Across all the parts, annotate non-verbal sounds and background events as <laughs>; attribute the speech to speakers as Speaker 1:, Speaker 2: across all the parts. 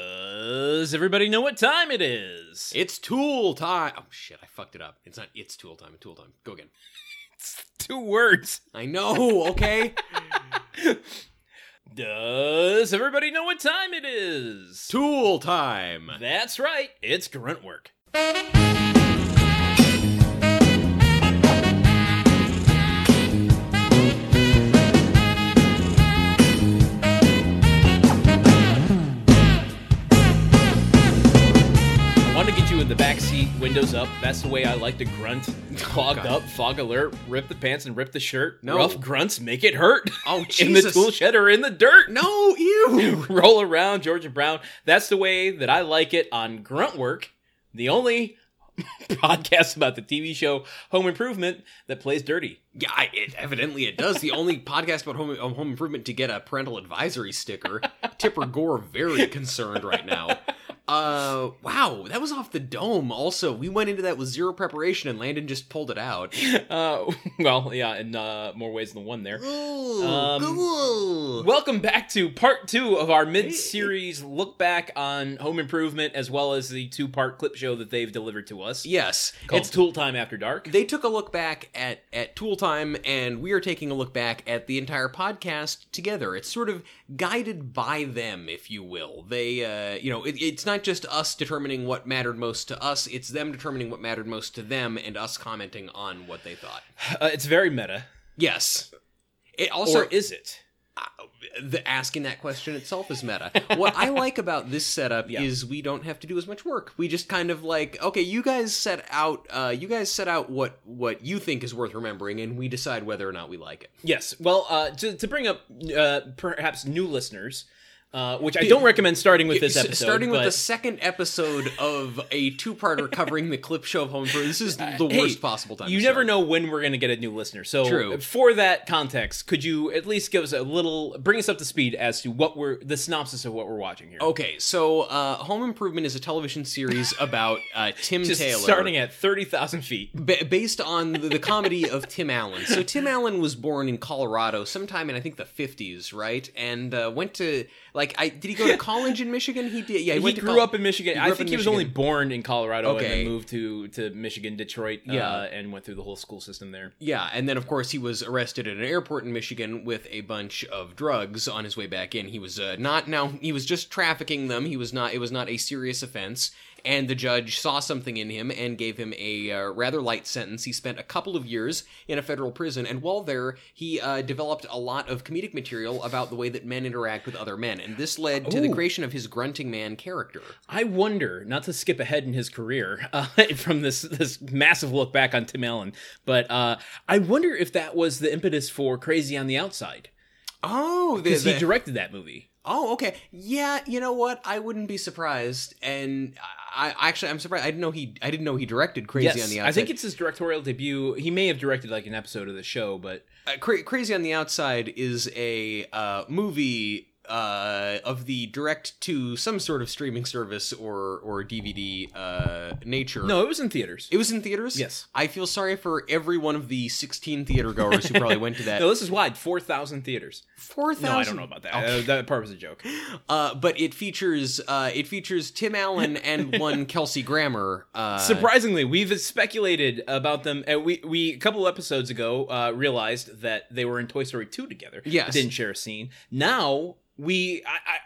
Speaker 1: Does everybody know what time it is?
Speaker 2: It's tool time. Oh shit, I fucked it up. It's not it's tool time, tool time. Go again.
Speaker 1: It's two words.
Speaker 2: I
Speaker 1: <laughs>
Speaker 2: know, okay?
Speaker 1: Does everybody know what time it is?
Speaker 2: tool time.
Speaker 1: That's right, it's grunt work. I want to get you in the back seat, windows up. That's the way I like to grunt.
Speaker 2: <laughs>
Speaker 1: Clogged
Speaker 2: Oh,
Speaker 1: up,
Speaker 2: God.
Speaker 1: fog alert, rip the pants and rip the shirt.
Speaker 2: No.
Speaker 1: Rough grunts make it hurt. <laughs>
Speaker 2: Oh
Speaker 1: in the
Speaker 2: Jesus.
Speaker 1: tool shed or in the dirt
Speaker 2: No, ew.
Speaker 1: <laughs> roll around Georgia Brown. That's the way that I like it on Grunt Work, the only <laughs> podcast about the TV show Home Improvement that plays dirty. <laughs>
Speaker 2: Yeah, I, it, evidently it does. The only podcast about home, um, home improvement to get a parental advisory sticker. Tipper Gore very concerned right now. Uh, wow, that was off the dome. Also, we went into that with zero preparation, and Landon just pulled it out.
Speaker 1: Uh, well, yeah, in uh, more ways than one there.
Speaker 2: Ooh,
Speaker 1: Um,
Speaker 2: cool.
Speaker 1: Welcome back to part two of our mid series look back on Home Improvement as well as the two part clip show that they've delivered to us.
Speaker 2: yes,
Speaker 1: It's Tool Time After Dark.
Speaker 2: they took a look back at at tool time and we are taking a look back at the entire podcast together it's sort of guided by them if you will they uh you know it, it's not just us determining what mattered most to us it's them determining what mattered most to them and us commenting on what they thought
Speaker 1: Uh, it's very meta.
Speaker 2: yes it also
Speaker 1: Or is it?
Speaker 2: the asking that question itself is meta. what I
Speaker 1: <laughs>
Speaker 2: like about this setup
Speaker 1: Yeah.
Speaker 2: is we don't have to do as much work. We just kind of like, okay, you guys set out, uh, you guys set out what what you think is worth remembering, and we decide whether or not we like it.
Speaker 1: Yes. Well, uh, to, to bring up uh, perhaps new listeners, uh, which I don't recommend starting with this
Speaker 2: S-
Speaker 1: episode.
Speaker 2: starting with
Speaker 1: but-
Speaker 2: the second episode of a
Speaker 1: <laughs>
Speaker 2: two-parter covering the clip show of Home Improvement. This is the
Speaker 1: Hey,
Speaker 2: worst possible time.
Speaker 1: You
Speaker 2: to
Speaker 1: never
Speaker 2: start.
Speaker 1: know when we're going to get a new listener. So,
Speaker 2: True.
Speaker 1: for that context, could you at least give us a little, bring us up to speed as to what we're, the synopsis of what we're watching here?
Speaker 2: Okay, so uh, Home Improvement is a television series about uh, Tim
Speaker 1: Just
Speaker 2: Taylor.
Speaker 1: starting at 30,000 feet.
Speaker 2: ba- based on the, the comedy of Tim Allen. So Tim Allen was born in Colorado sometime in I think the fifties, right? And uh, went to like I did
Speaker 1: <laughs>
Speaker 2: he go to college in Michigan? He did. Yeah, he,
Speaker 1: He,
Speaker 2: went to
Speaker 1: grew
Speaker 2: col-
Speaker 1: up in Michigan.
Speaker 2: grew
Speaker 1: I
Speaker 2: up
Speaker 1: think
Speaker 2: in
Speaker 1: he was
Speaker 2: Michigan.
Speaker 1: only born in Colorado and
Speaker 2: Okay.
Speaker 1: then moved to, to Michigan, Detroit,
Speaker 2: Yeah.
Speaker 1: uh, and went through the whole school system there.
Speaker 2: Yeah, and then of course he was arrested at an airport in Michigan with a bunch of drugs on his way back in. He was uh, not now he was just trafficking them. He was not it was not a serious offense. And the judge saw something in him and gave him a uh, rather light sentence. He spent a couple of years in a federal prison, and while there, he uh, developed a lot of comedic material about the way that men interact with other men, and this led to the
Speaker 1: Ooh.
Speaker 2: creation of his grunting man character.
Speaker 1: I wonder, not to skip ahead in his career uh, <laughs> from this this massive look back on Tim Allen, but uh, I wonder if that was the impetus for Crazy on the Outside
Speaker 2: Oh,
Speaker 1: because he directed that movie.
Speaker 2: Oh, okay. Yeah, you know what? I wouldn't be surprised. And I I- actually, I'm surprised. I didn't know he. I didn't know he directed Crazy
Speaker 1: yes,
Speaker 2: on the Outside.
Speaker 1: I think it's his directorial debut. He may have directed like an episode of the show, but
Speaker 2: uh, Cra- Crazy on the Outside is a uh, movie uh, of the direct to some sort of streaming service or or DVD uh, nature.
Speaker 1: no, it was in theaters.
Speaker 2: it was in theaters.
Speaker 1: Yes.
Speaker 2: I feel sorry for every one of the 16 theater goers who probably went to
Speaker 1: <laughs>
Speaker 2: that.
Speaker 1: no, this is wide, four thousand theaters.
Speaker 2: Four thousand.
Speaker 1: No, I don't know about that. Oh, Uh, that part was a joke.
Speaker 2: Uh, but it features uh, it features Tim Allen
Speaker 1: <laughs>
Speaker 2: and one Kelsey Grammer. Uh,
Speaker 1: Surprisingly, we've speculated about them. Uh, we we a couple episodes ago uh, realized that they were in Toy Story two together.
Speaker 2: Yes.
Speaker 1: didn't share a scene. Now we. I, I,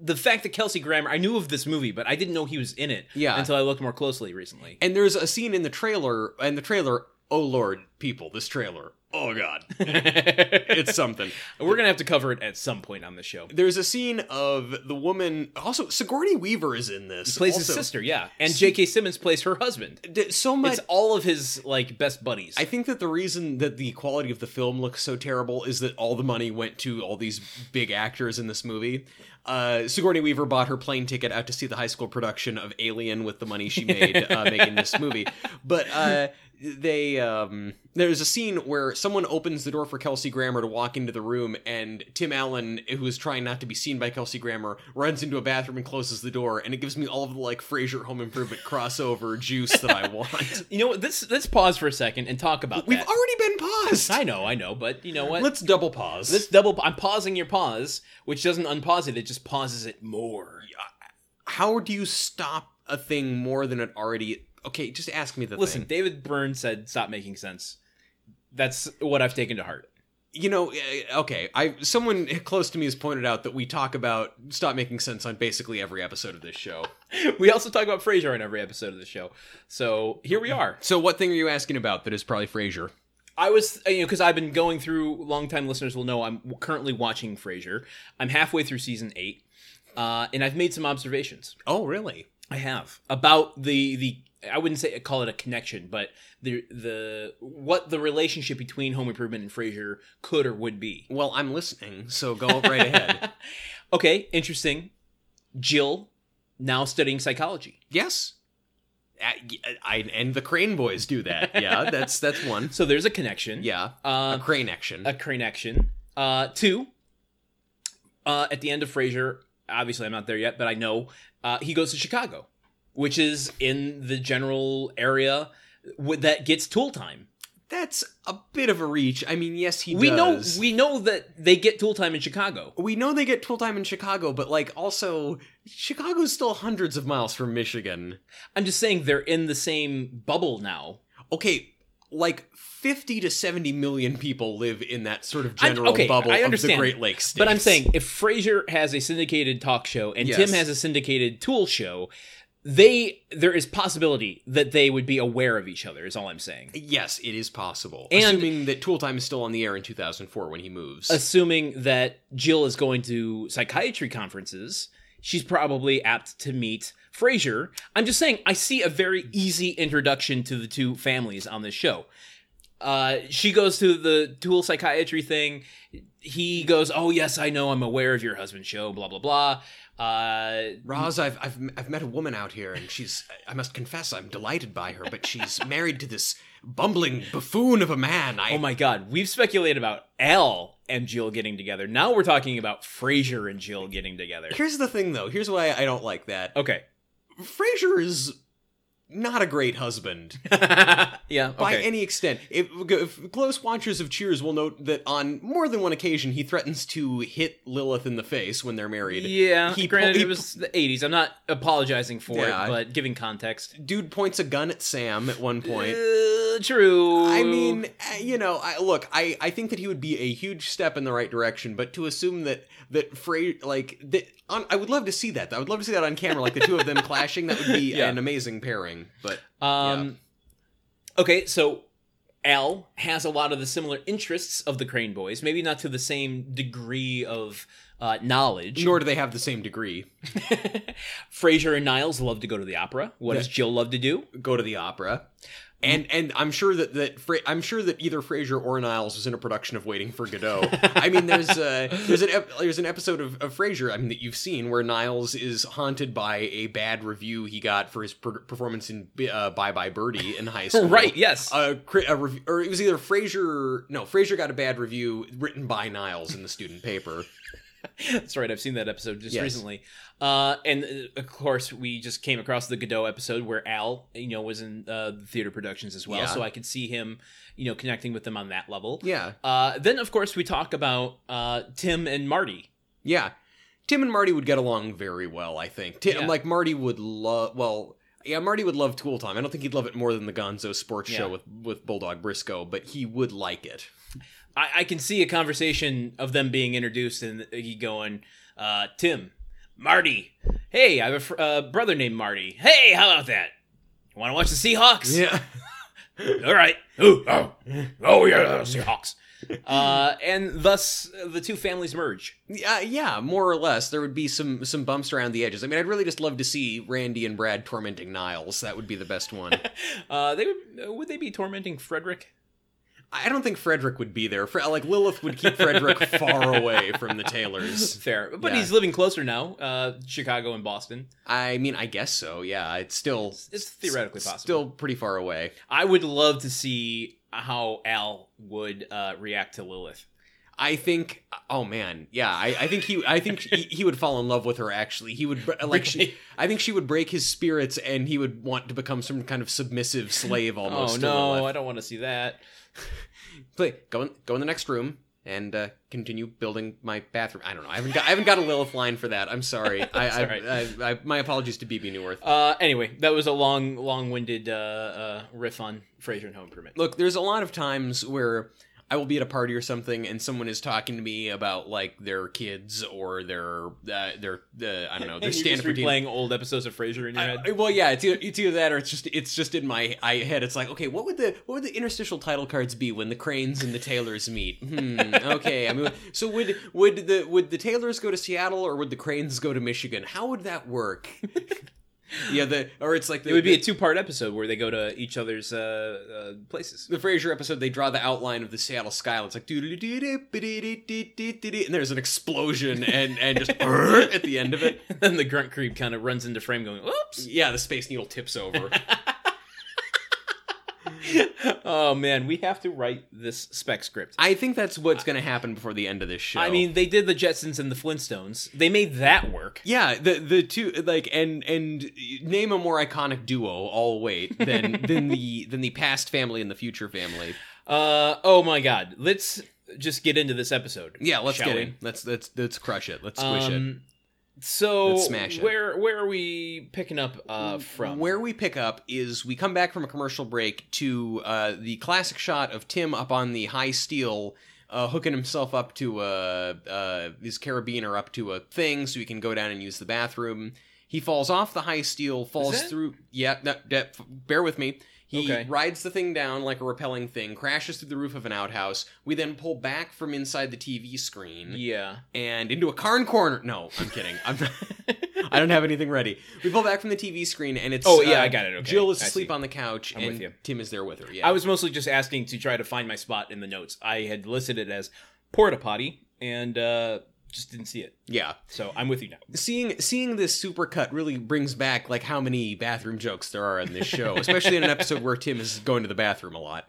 Speaker 1: the fact that Kelsey Grammer, I knew of this movie, but I didn't know he was in it
Speaker 2: Yeah.
Speaker 1: until I looked more closely
Speaker 2: <laughs>
Speaker 1: recently.
Speaker 2: And there's a scene in the trailer, and the trailer, oh lord, people, this trailer, oh god,
Speaker 1: it's,
Speaker 2: it's <laughs> something.
Speaker 1: <laughs> we're gonna have to cover it at some point on the show.
Speaker 2: There's a scene of the woman, also Sigourney Weaver is in this.
Speaker 1: plays
Speaker 2: also,
Speaker 1: his sister, yeah, and J.K. Simmons plays her husband.
Speaker 2: D- so much.
Speaker 1: It's all of his like best buddies.
Speaker 2: I think that the reason that the quality of the film looks so terrible is that all the money went to all these big actors in this movie. Uh, Sigourney Weaver bought her plane ticket out to see the high school production of Alien with the money she made uh, making this movie. But uh, they um there's a scene where someone opens the door for Kelsey Grammer to walk into the room and Tim Allen who is trying not to be seen by Kelsey Grammer runs into a bathroom and closes the door and it gives me all of the like Frasier home improvement crossover juice that I want.
Speaker 1: You know what? Let's let's pause for a second and talk about
Speaker 2: We've
Speaker 1: that.
Speaker 2: already been paused.
Speaker 1: I know, I know, but you know what?
Speaker 2: Let's double pause.
Speaker 1: Let's double. I'm pausing your pause, which doesn't unpause it. It just pauses it more.
Speaker 2: How do you stop a thing more than it already Okay, just ask me the
Speaker 1: Listen,
Speaker 2: thing.
Speaker 1: David Byrne said, "Stop making sense." That's what I've taken to heart.
Speaker 2: you know eh, okay i someone <laughs> close to me has pointed out that we talk about stop making sense on basically every episode of this show
Speaker 1: <laughs> We also talk about Frasier in every episode of the show, so here we are.
Speaker 2: so what thing are you asking about that is probably frasier
Speaker 1: I was, you know, because I've been going through. Longtime listeners will know I'm currently watching Frasier. I'm halfway through season eight, uh, and I've made some observations.
Speaker 2: oh really
Speaker 1: I have about the the. I wouldn't say call it a connection, but the the what the relationship between Home Improvement and Frasier could or would be.
Speaker 2: well i'm listening so go right ahead
Speaker 1: okay, interesting. Jill now studying psychology.
Speaker 2: <laughs> yes I, I, and the crane boys do that <laughs> yeah that's that's one
Speaker 1: So there's a connection.
Speaker 2: yeah a
Speaker 1: Uh,
Speaker 2: crane action
Speaker 1: a connection. Uh, two. Uh, at the end of Frasier, obviously I'm not there yet, but I know uh, he goes to Chicago, which is in the general area w- that gets tool time.
Speaker 2: that's a bit of a reach i mean yes he
Speaker 1: we
Speaker 2: does.
Speaker 1: know we know that they get tool time in Chicago.
Speaker 2: we know they get tool time in chicago but like also chicago's still hundreds of miles from michigan
Speaker 1: I'm just saying they're in the same bubble now.
Speaker 2: okay like 50 to 70 million people live in that sort of
Speaker 1: I-
Speaker 2: general
Speaker 1: okay,
Speaker 2: bubble
Speaker 1: I
Speaker 2: of the
Speaker 1: understand.
Speaker 2: Great Lakes states.
Speaker 1: But I'm saying if Frasier has a syndicated talk show and
Speaker 2: Yes.
Speaker 1: Tim has a syndicated tool show, they there is possibility that they would be aware of each other. Is all I'm saying.
Speaker 2: yes, it is possible.
Speaker 1: And-
Speaker 2: assuming that Tool Time is still on the air in 2004 when he moves.
Speaker 1: Assuming that Jill is going to psychiatry conferences, she's probably apt to meet Frasier. I'm just saying I see a very easy introduction to the two families on this show. Uh, she goes to the tool psychiatry thing. He goes, "Oh yes, I know. I'm aware of your husband's show." Blah blah blah. Uh,
Speaker 2: Roz, I've, I've I've met a woman out here, and she's I must confess I'm delighted by her, but
Speaker 1: <laughs>
Speaker 2: she's married to this bumbling buffoon of a man. I
Speaker 1: Oh my God, we've speculated about Elle and Jill getting together. Now we're talking about Frasier and Jill getting together.
Speaker 2: here's the thing though. Here's why I don't like that.
Speaker 1: Okay. <laughs>
Speaker 2: Frasier is not a great husband.
Speaker 1: yeah.
Speaker 2: by
Speaker 1: Okay.
Speaker 2: any extent. If, if close watchers of Cheers will note that on more than one occasion he threatens to hit Lilith in the face when they're married.
Speaker 1: yeah.
Speaker 2: he-
Speaker 1: granted,
Speaker 2: he-
Speaker 1: it was the '80s. I'm not apologizing for
Speaker 2: Yeah, I-
Speaker 1: it, but giving context.
Speaker 2: Dude points a gun at Sam at one point.
Speaker 1: Uh, true.
Speaker 2: I mean, uh, you know, I, look, I, I think that he would be a huge step in the right direction, but to assume that that Frey, like that, on, I would love to see that. I would love to see that on camera, like the two of them <laughs> clashing. That would be
Speaker 1: Yeah.
Speaker 2: an amazing pairing. But
Speaker 1: Um, Okay, so Al has a lot of the similar interests of the Crane Boys, maybe not to the same degree of uh, knowledge.
Speaker 2: nor do they have the same degree.
Speaker 1: <laughs> Frasier and Niles love to go to the opera. What does Jill love to do?
Speaker 2: go to the opera. And and I'm sure that that Fra- I'm sure that either Frasier or Niles was in a production of Waiting for Godot. I mean, there's uh, there's an ep- there's an episode of, of Frasier I mean that you've seen where Niles is haunted by a bad review he got for his per- performance in uh, Bye Bye Birdie in high school.
Speaker 1: Right, yes.
Speaker 2: A, cri- a rev- or it was either Frasier no Frasier got a bad review written by Niles in the student paper.
Speaker 1: That's right. I've seen that episode just
Speaker 2: Yes.
Speaker 1: recently. Uh, and uh, of course, we just came across the Godot episode where Al, you know, was in uh, the theater productions as well.
Speaker 2: Yeah.
Speaker 1: So I could see him, you know, connecting with them on that level.
Speaker 2: Yeah,
Speaker 1: Uh, then, of course, we talk about uh, Tim and Marty.
Speaker 2: Yeah. Tim and Marty would get along very well, I think. Tim,
Speaker 1: Yeah.
Speaker 2: like Marty would love well, yeah, Marty would love Tool Time. I don't think he'd love it more than the Gonzo Sports
Speaker 1: Yeah.
Speaker 2: Show with with Bulldog Briscoe, but he would like it. <laughs>
Speaker 1: I, I can see a conversation of them being introduced and he going, uh, Tim, Marty, hey, I have a fr- uh, brother named Marty. Hey, how about that? You want to watch the Seahawks?
Speaker 2: Yeah.
Speaker 1: All right. Ooh, oh, oh yeah, Seahawks. Uh, and thus uh, the two families merge.
Speaker 2: Yeah, yeah, more or less. There would be some some bumps around the edges. I mean, I'd really just love to see Randy and
Speaker 1: <laughs>
Speaker 2: Brad tormenting Niles. That would be the best one.
Speaker 1: Uh, they would would they be tormenting Frederick? <laughs>
Speaker 2: I don't think Frederick would be there. Fre- like Lilith would keep
Speaker 1: <laughs>
Speaker 2: Frederick far away from the Taylors.
Speaker 1: Fair, but
Speaker 2: Yeah.
Speaker 1: he's living closer now. Uh, Chicago and Boston.
Speaker 2: I mean, I guess so. Yeah, it's still
Speaker 1: It's theoretically possible.
Speaker 2: Still pretty far away.
Speaker 1: I would love to see how Al would uh, react to Lilith.
Speaker 2: I think. Oh man, yeah. I, I think he. I think he, he would fall in love with her. Actually, he would br- like. She, I think she would break his spirits, and he would want to become some kind of submissive slave almost.
Speaker 1: oh
Speaker 2: to
Speaker 1: no,
Speaker 2: Lilith.
Speaker 1: I don't want to see that.
Speaker 2: Play, go in, go in the next room and uh, continue building my bathroom. I don't know. I haven't got. I haven't got a Lilith line for that.
Speaker 1: <laughs>
Speaker 2: I'm sorry. I,
Speaker 1: It's
Speaker 2: I,
Speaker 1: all right.
Speaker 2: I, I. My apologies to BB New Earth.
Speaker 1: Uh, anyway, that was a long, long-winded uh, uh, riff on Frasier and Home Improvement.
Speaker 2: Look, there's a lot of times where I will be at a party or something, and someone is talking to me about like their kids or their uh, their uh, I
Speaker 1: <laughs>
Speaker 2: don't know
Speaker 1: And
Speaker 2: their
Speaker 1: you're just
Speaker 2: stand for team.
Speaker 1: replaying old episodes of Frasier in your head.
Speaker 2: I- well, yeah, it's either, it's either that or it's just it's just in my I head. It's like, okay, what would the what would the interstitial title cards be when the Cranes and the Taylors meet? Hmm, okay, I mean, so would would the would the Taylors go to Seattle or would the Cranes go to Michigan? How would that work? yeah, the or it's like the,
Speaker 1: it would be a two-part episode where they go to each other's uh, uh, places. <laughs>
Speaker 2: the Frasier episode, they draw the outline of the Seattle sky. It's like doo-doo-doo-doo-doo-doo-doo-doo-doo-doo, and there's an explosion and and just at the end of it.
Speaker 1: then the grunt creep kind of runs into frame, going, "Oops."
Speaker 2: Yeah, the Space Needle tips over.
Speaker 1: oh man, we have to write this spec script.
Speaker 2: I think that's what's going to happen before the end of this show.
Speaker 1: I mean, they did the Jetsons and the Flintstones. They made that work.
Speaker 2: Yeah, the the two like and and name a more iconic duo. All wait
Speaker 1: <laughs>
Speaker 2: than than the than the past family and the future family.
Speaker 1: Uh oh my god. Let's just get into this episode.
Speaker 2: Yeah, let's
Speaker 1: Shall
Speaker 2: get
Speaker 1: we?
Speaker 2: it. Let's let's let's crush it. Let's squish it.
Speaker 1: Um, So
Speaker 2: Let's smash it. Mm,
Speaker 1: where where are we picking up uh from?
Speaker 2: Where we pick up is we come back from a commercial break to uh, the classic shot of Tim up on the high steel, uh, hooking himself up to uh, uh, his carabiner up to a thing so he can go down and use the bathroom. He falls off the high steel, falls
Speaker 1: it?
Speaker 2: through. Yeah, no, de- f- bear with me. He
Speaker 1: Okay.
Speaker 2: rides the thing down like a rappelling thing, crashes through the roof of an outhouse. We then pull back from inside the TV screen
Speaker 1: Yeah.
Speaker 2: and into a carn corner. No, I'm kidding. I'm not, <laughs> I don't have anything ready. We pull back from the TV screen and it's um,
Speaker 1: Oh, yeah, I got it. Okay.
Speaker 2: Jill is
Speaker 1: I
Speaker 2: asleep
Speaker 1: see.
Speaker 2: on the couch
Speaker 1: I'm
Speaker 2: and
Speaker 1: with you.
Speaker 2: Tim is there with her. Yeah.
Speaker 1: I was mostly just asking to try to find my spot in the notes. I had listed it as porta potty and uh just didn't see it.
Speaker 2: yeah.
Speaker 1: So I'm with you now.
Speaker 2: Seeing seeing this supercut really brings back like how many bathroom jokes there are in this show, especially in an episode where Tim is going to the bathroom a lot.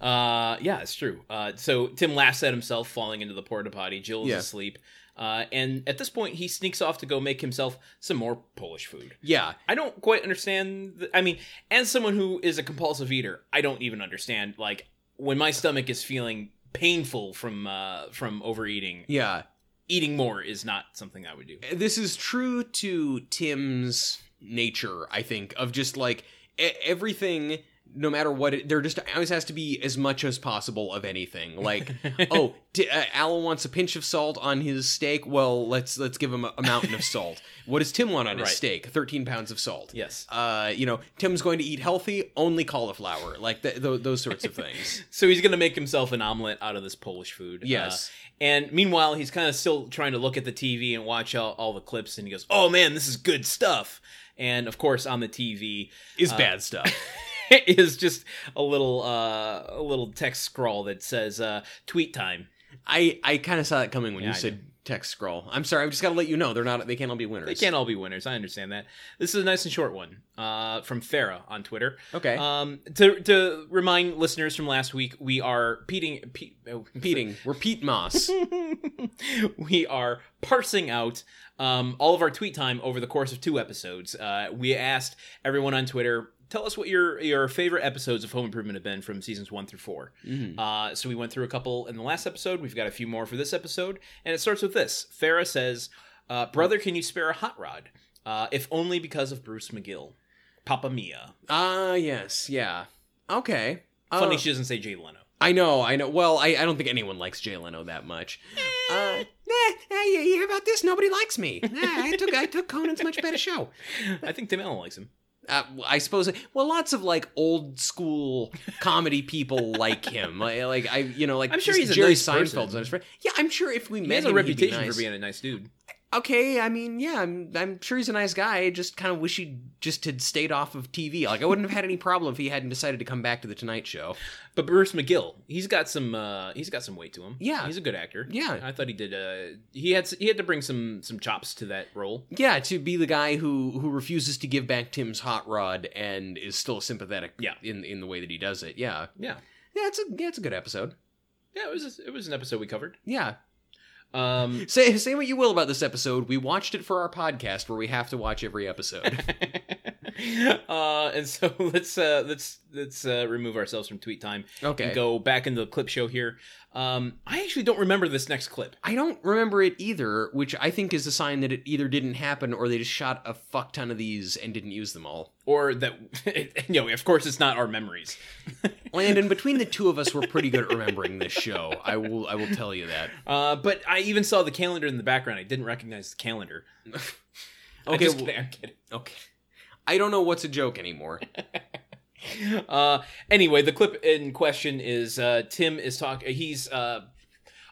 Speaker 1: Uh, yeah, it's true. Uh, so Tim laughs at himself falling into the porta potty. Jill's
Speaker 2: Yeah.
Speaker 1: asleep, uh, and at this point, he sneaks off to go make himself some more Polish food.
Speaker 2: Yeah.
Speaker 1: I don't quite understand. The, I mean, as someone who is a compulsive eater, I don't even understand. Like when my stomach is feeling painful from uh, from overeating,
Speaker 2: Yeah.
Speaker 1: eating more is not something I would do.
Speaker 2: this is true to Tim's nature, I think, of just like e- everything, no matter what, it, there just always has to be as much as possible of anything. Like,
Speaker 1: <laughs>
Speaker 2: oh, t- uh, Alan wants a pinch of salt on his steak. Well, let's let's give him a, a mountain
Speaker 1: <laughs>
Speaker 2: of salt. What does Tim want on
Speaker 1: Right.
Speaker 2: his steak? Thirteen pounds of salt.
Speaker 1: Yes.
Speaker 2: Uh, you know, Tim's going to eat healthy, only cauliflower, like th- th- those sorts
Speaker 1: <laughs>
Speaker 2: of things.
Speaker 1: So he's gonna make himself an omelet out of this Polish food. Uh,
Speaker 2: Yes.
Speaker 1: And meanwhile, he's kind of still trying to look at the TV and watch all, all the clips, and he goes, "Oh man, this is good stuff." And of course, on the TV
Speaker 2: is bad stuff.
Speaker 1: <laughs> is just a little uh, a little text scroll that says uh, "tweet time."
Speaker 2: I I kind of saw that coming when
Speaker 1: Yeah,
Speaker 2: you
Speaker 1: I
Speaker 2: said text scroll. I'm sorry. I've just got to let you know they're not. They can't all be winners.
Speaker 1: They can't all be winners. I understand that. This is a nice and short one uh, from Farah on Twitter.
Speaker 2: Okay.
Speaker 1: Um, to to remind listeners from last week, we are peating. Pe- oh,
Speaker 2: Peating. We're
Speaker 1: <laughs>
Speaker 2: Pete Moss.
Speaker 1: we are parsing out um, all of our tweet time over the course of two episodes. Uh, we asked everyone on Twitter, tell us what your your favorite episodes of Home Improvement have been from seasons one through 4
Speaker 2: Mm-hmm.
Speaker 1: Uh, so we went through a couple in the last episode. We've got a few more for this episode, and it starts with this. Farah says, uh, "Brother, can you spare a hot rod? Uh, if only because of Bruce McGill, Papa Mia."
Speaker 2: Ah, yes, yeah. Okay. Uh,
Speaker 1: Funny, she doesn't say Jay Leno.
Speaker 2: I know, I know. Well, I, I don't think anyone likes Jay Leno that much. Uh, eh, eh, you hear about this? Nobody likes me. Eh, I took I took Conan's much better show.
Speaker 1: I think Tim Allen likes him.
Speaker 2: Uh, I suppose. Well, lots of like old school comedy people like him. Like, like, I, you know, like
Speaker 1: I'm sure
Speaker 2: just
Speaker 1: he's a
Speaker 2: Jerry
Speaker 1: nice person.
Speaker 2: Seinfeld's on his friend. Yeah, I'm sure if we
Speaker 1: He
Speaker 2: met
Speaker 1: has
Speaker 2: him,
Speaker 1: a
Speaker 2: he'd be
Speaker 1: reputation
Speaker 2: nice.
Speaker 1: for being a nice dude.
Speaker 2: okay, I mean, yeah, I'm I'm sure he's a nice guy. I just kind of wish he just had stayed off of TV. Like I wouldn't have had any problem if he hadn't decided to come back to the Tonight Show.
Speaker 1: But Bruce McGill, he's got some uh, he's got some weight to him.
Speaker 2: Yeah.
Speaker 1: he's a good actor.
Speaker 2: Yeah.
Speaker 1: I thought he did. Uh, he had he had to bring some some chops to that role.
Speaker 2: Yeah, to be the guy who who refuses to give back Tim's hot rod and is still sympathetic
Speaker 1: Yeah.
Speaker 2: in in the way that he does it. Yeah.
Speaker 1: Yeah,
Speaker 2: Yeah, it's a yeah, it's a good episode.
Speaker 1: yeah. It was it was an episode we covered.
Speaker 2: Yeah. <laughs>
Speaker 1: Um,
Speaker 2: Say say what you will about this episode. We watched it for our podcast where we have to watch every episode.
Speaker 1: <laughs> uh, and so <laughs> let's uh, let's let's uh, remove ourselves from tweet time
Speaker 2: Okay.
Speaker 1: and go back into the clip show here. Um, I actually don't remember this next clip.
Speaker 2: I don't remember it either, which I think is a sign that it either didn't happen or they just shot a fuck ton of these and didn't use them all.
Speaker 1: or that <laughs> you know of course it's not our memories
Speaker 2: Landon, between the two of us, we're pretty good at remembering this show. I will I will tell you that.
Speaker 1: uh, but i even saw the calendar in the background i didn't recognize the
Speaker 2: <laughs>
Speaker 1: calendar I'm
Speaker 2: Okay,
Speaker 1: just
Speaker 2: well-
Speaker 1: kidding, <laughs> I'm kidding.
Speaker 2: Okay. I don't know what's a joke anymore.
Speaker 1: Uh, anyway the clip in question is uh, tim is talking he's uh,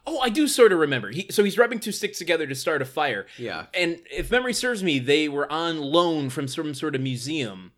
Speaker 1: oh i do sort of remember he, so he's rubbing two sticks together to start a fire
Speaker 2: Yeah.
Speaker 1: and if memory serves me they were on loan from some sort of museum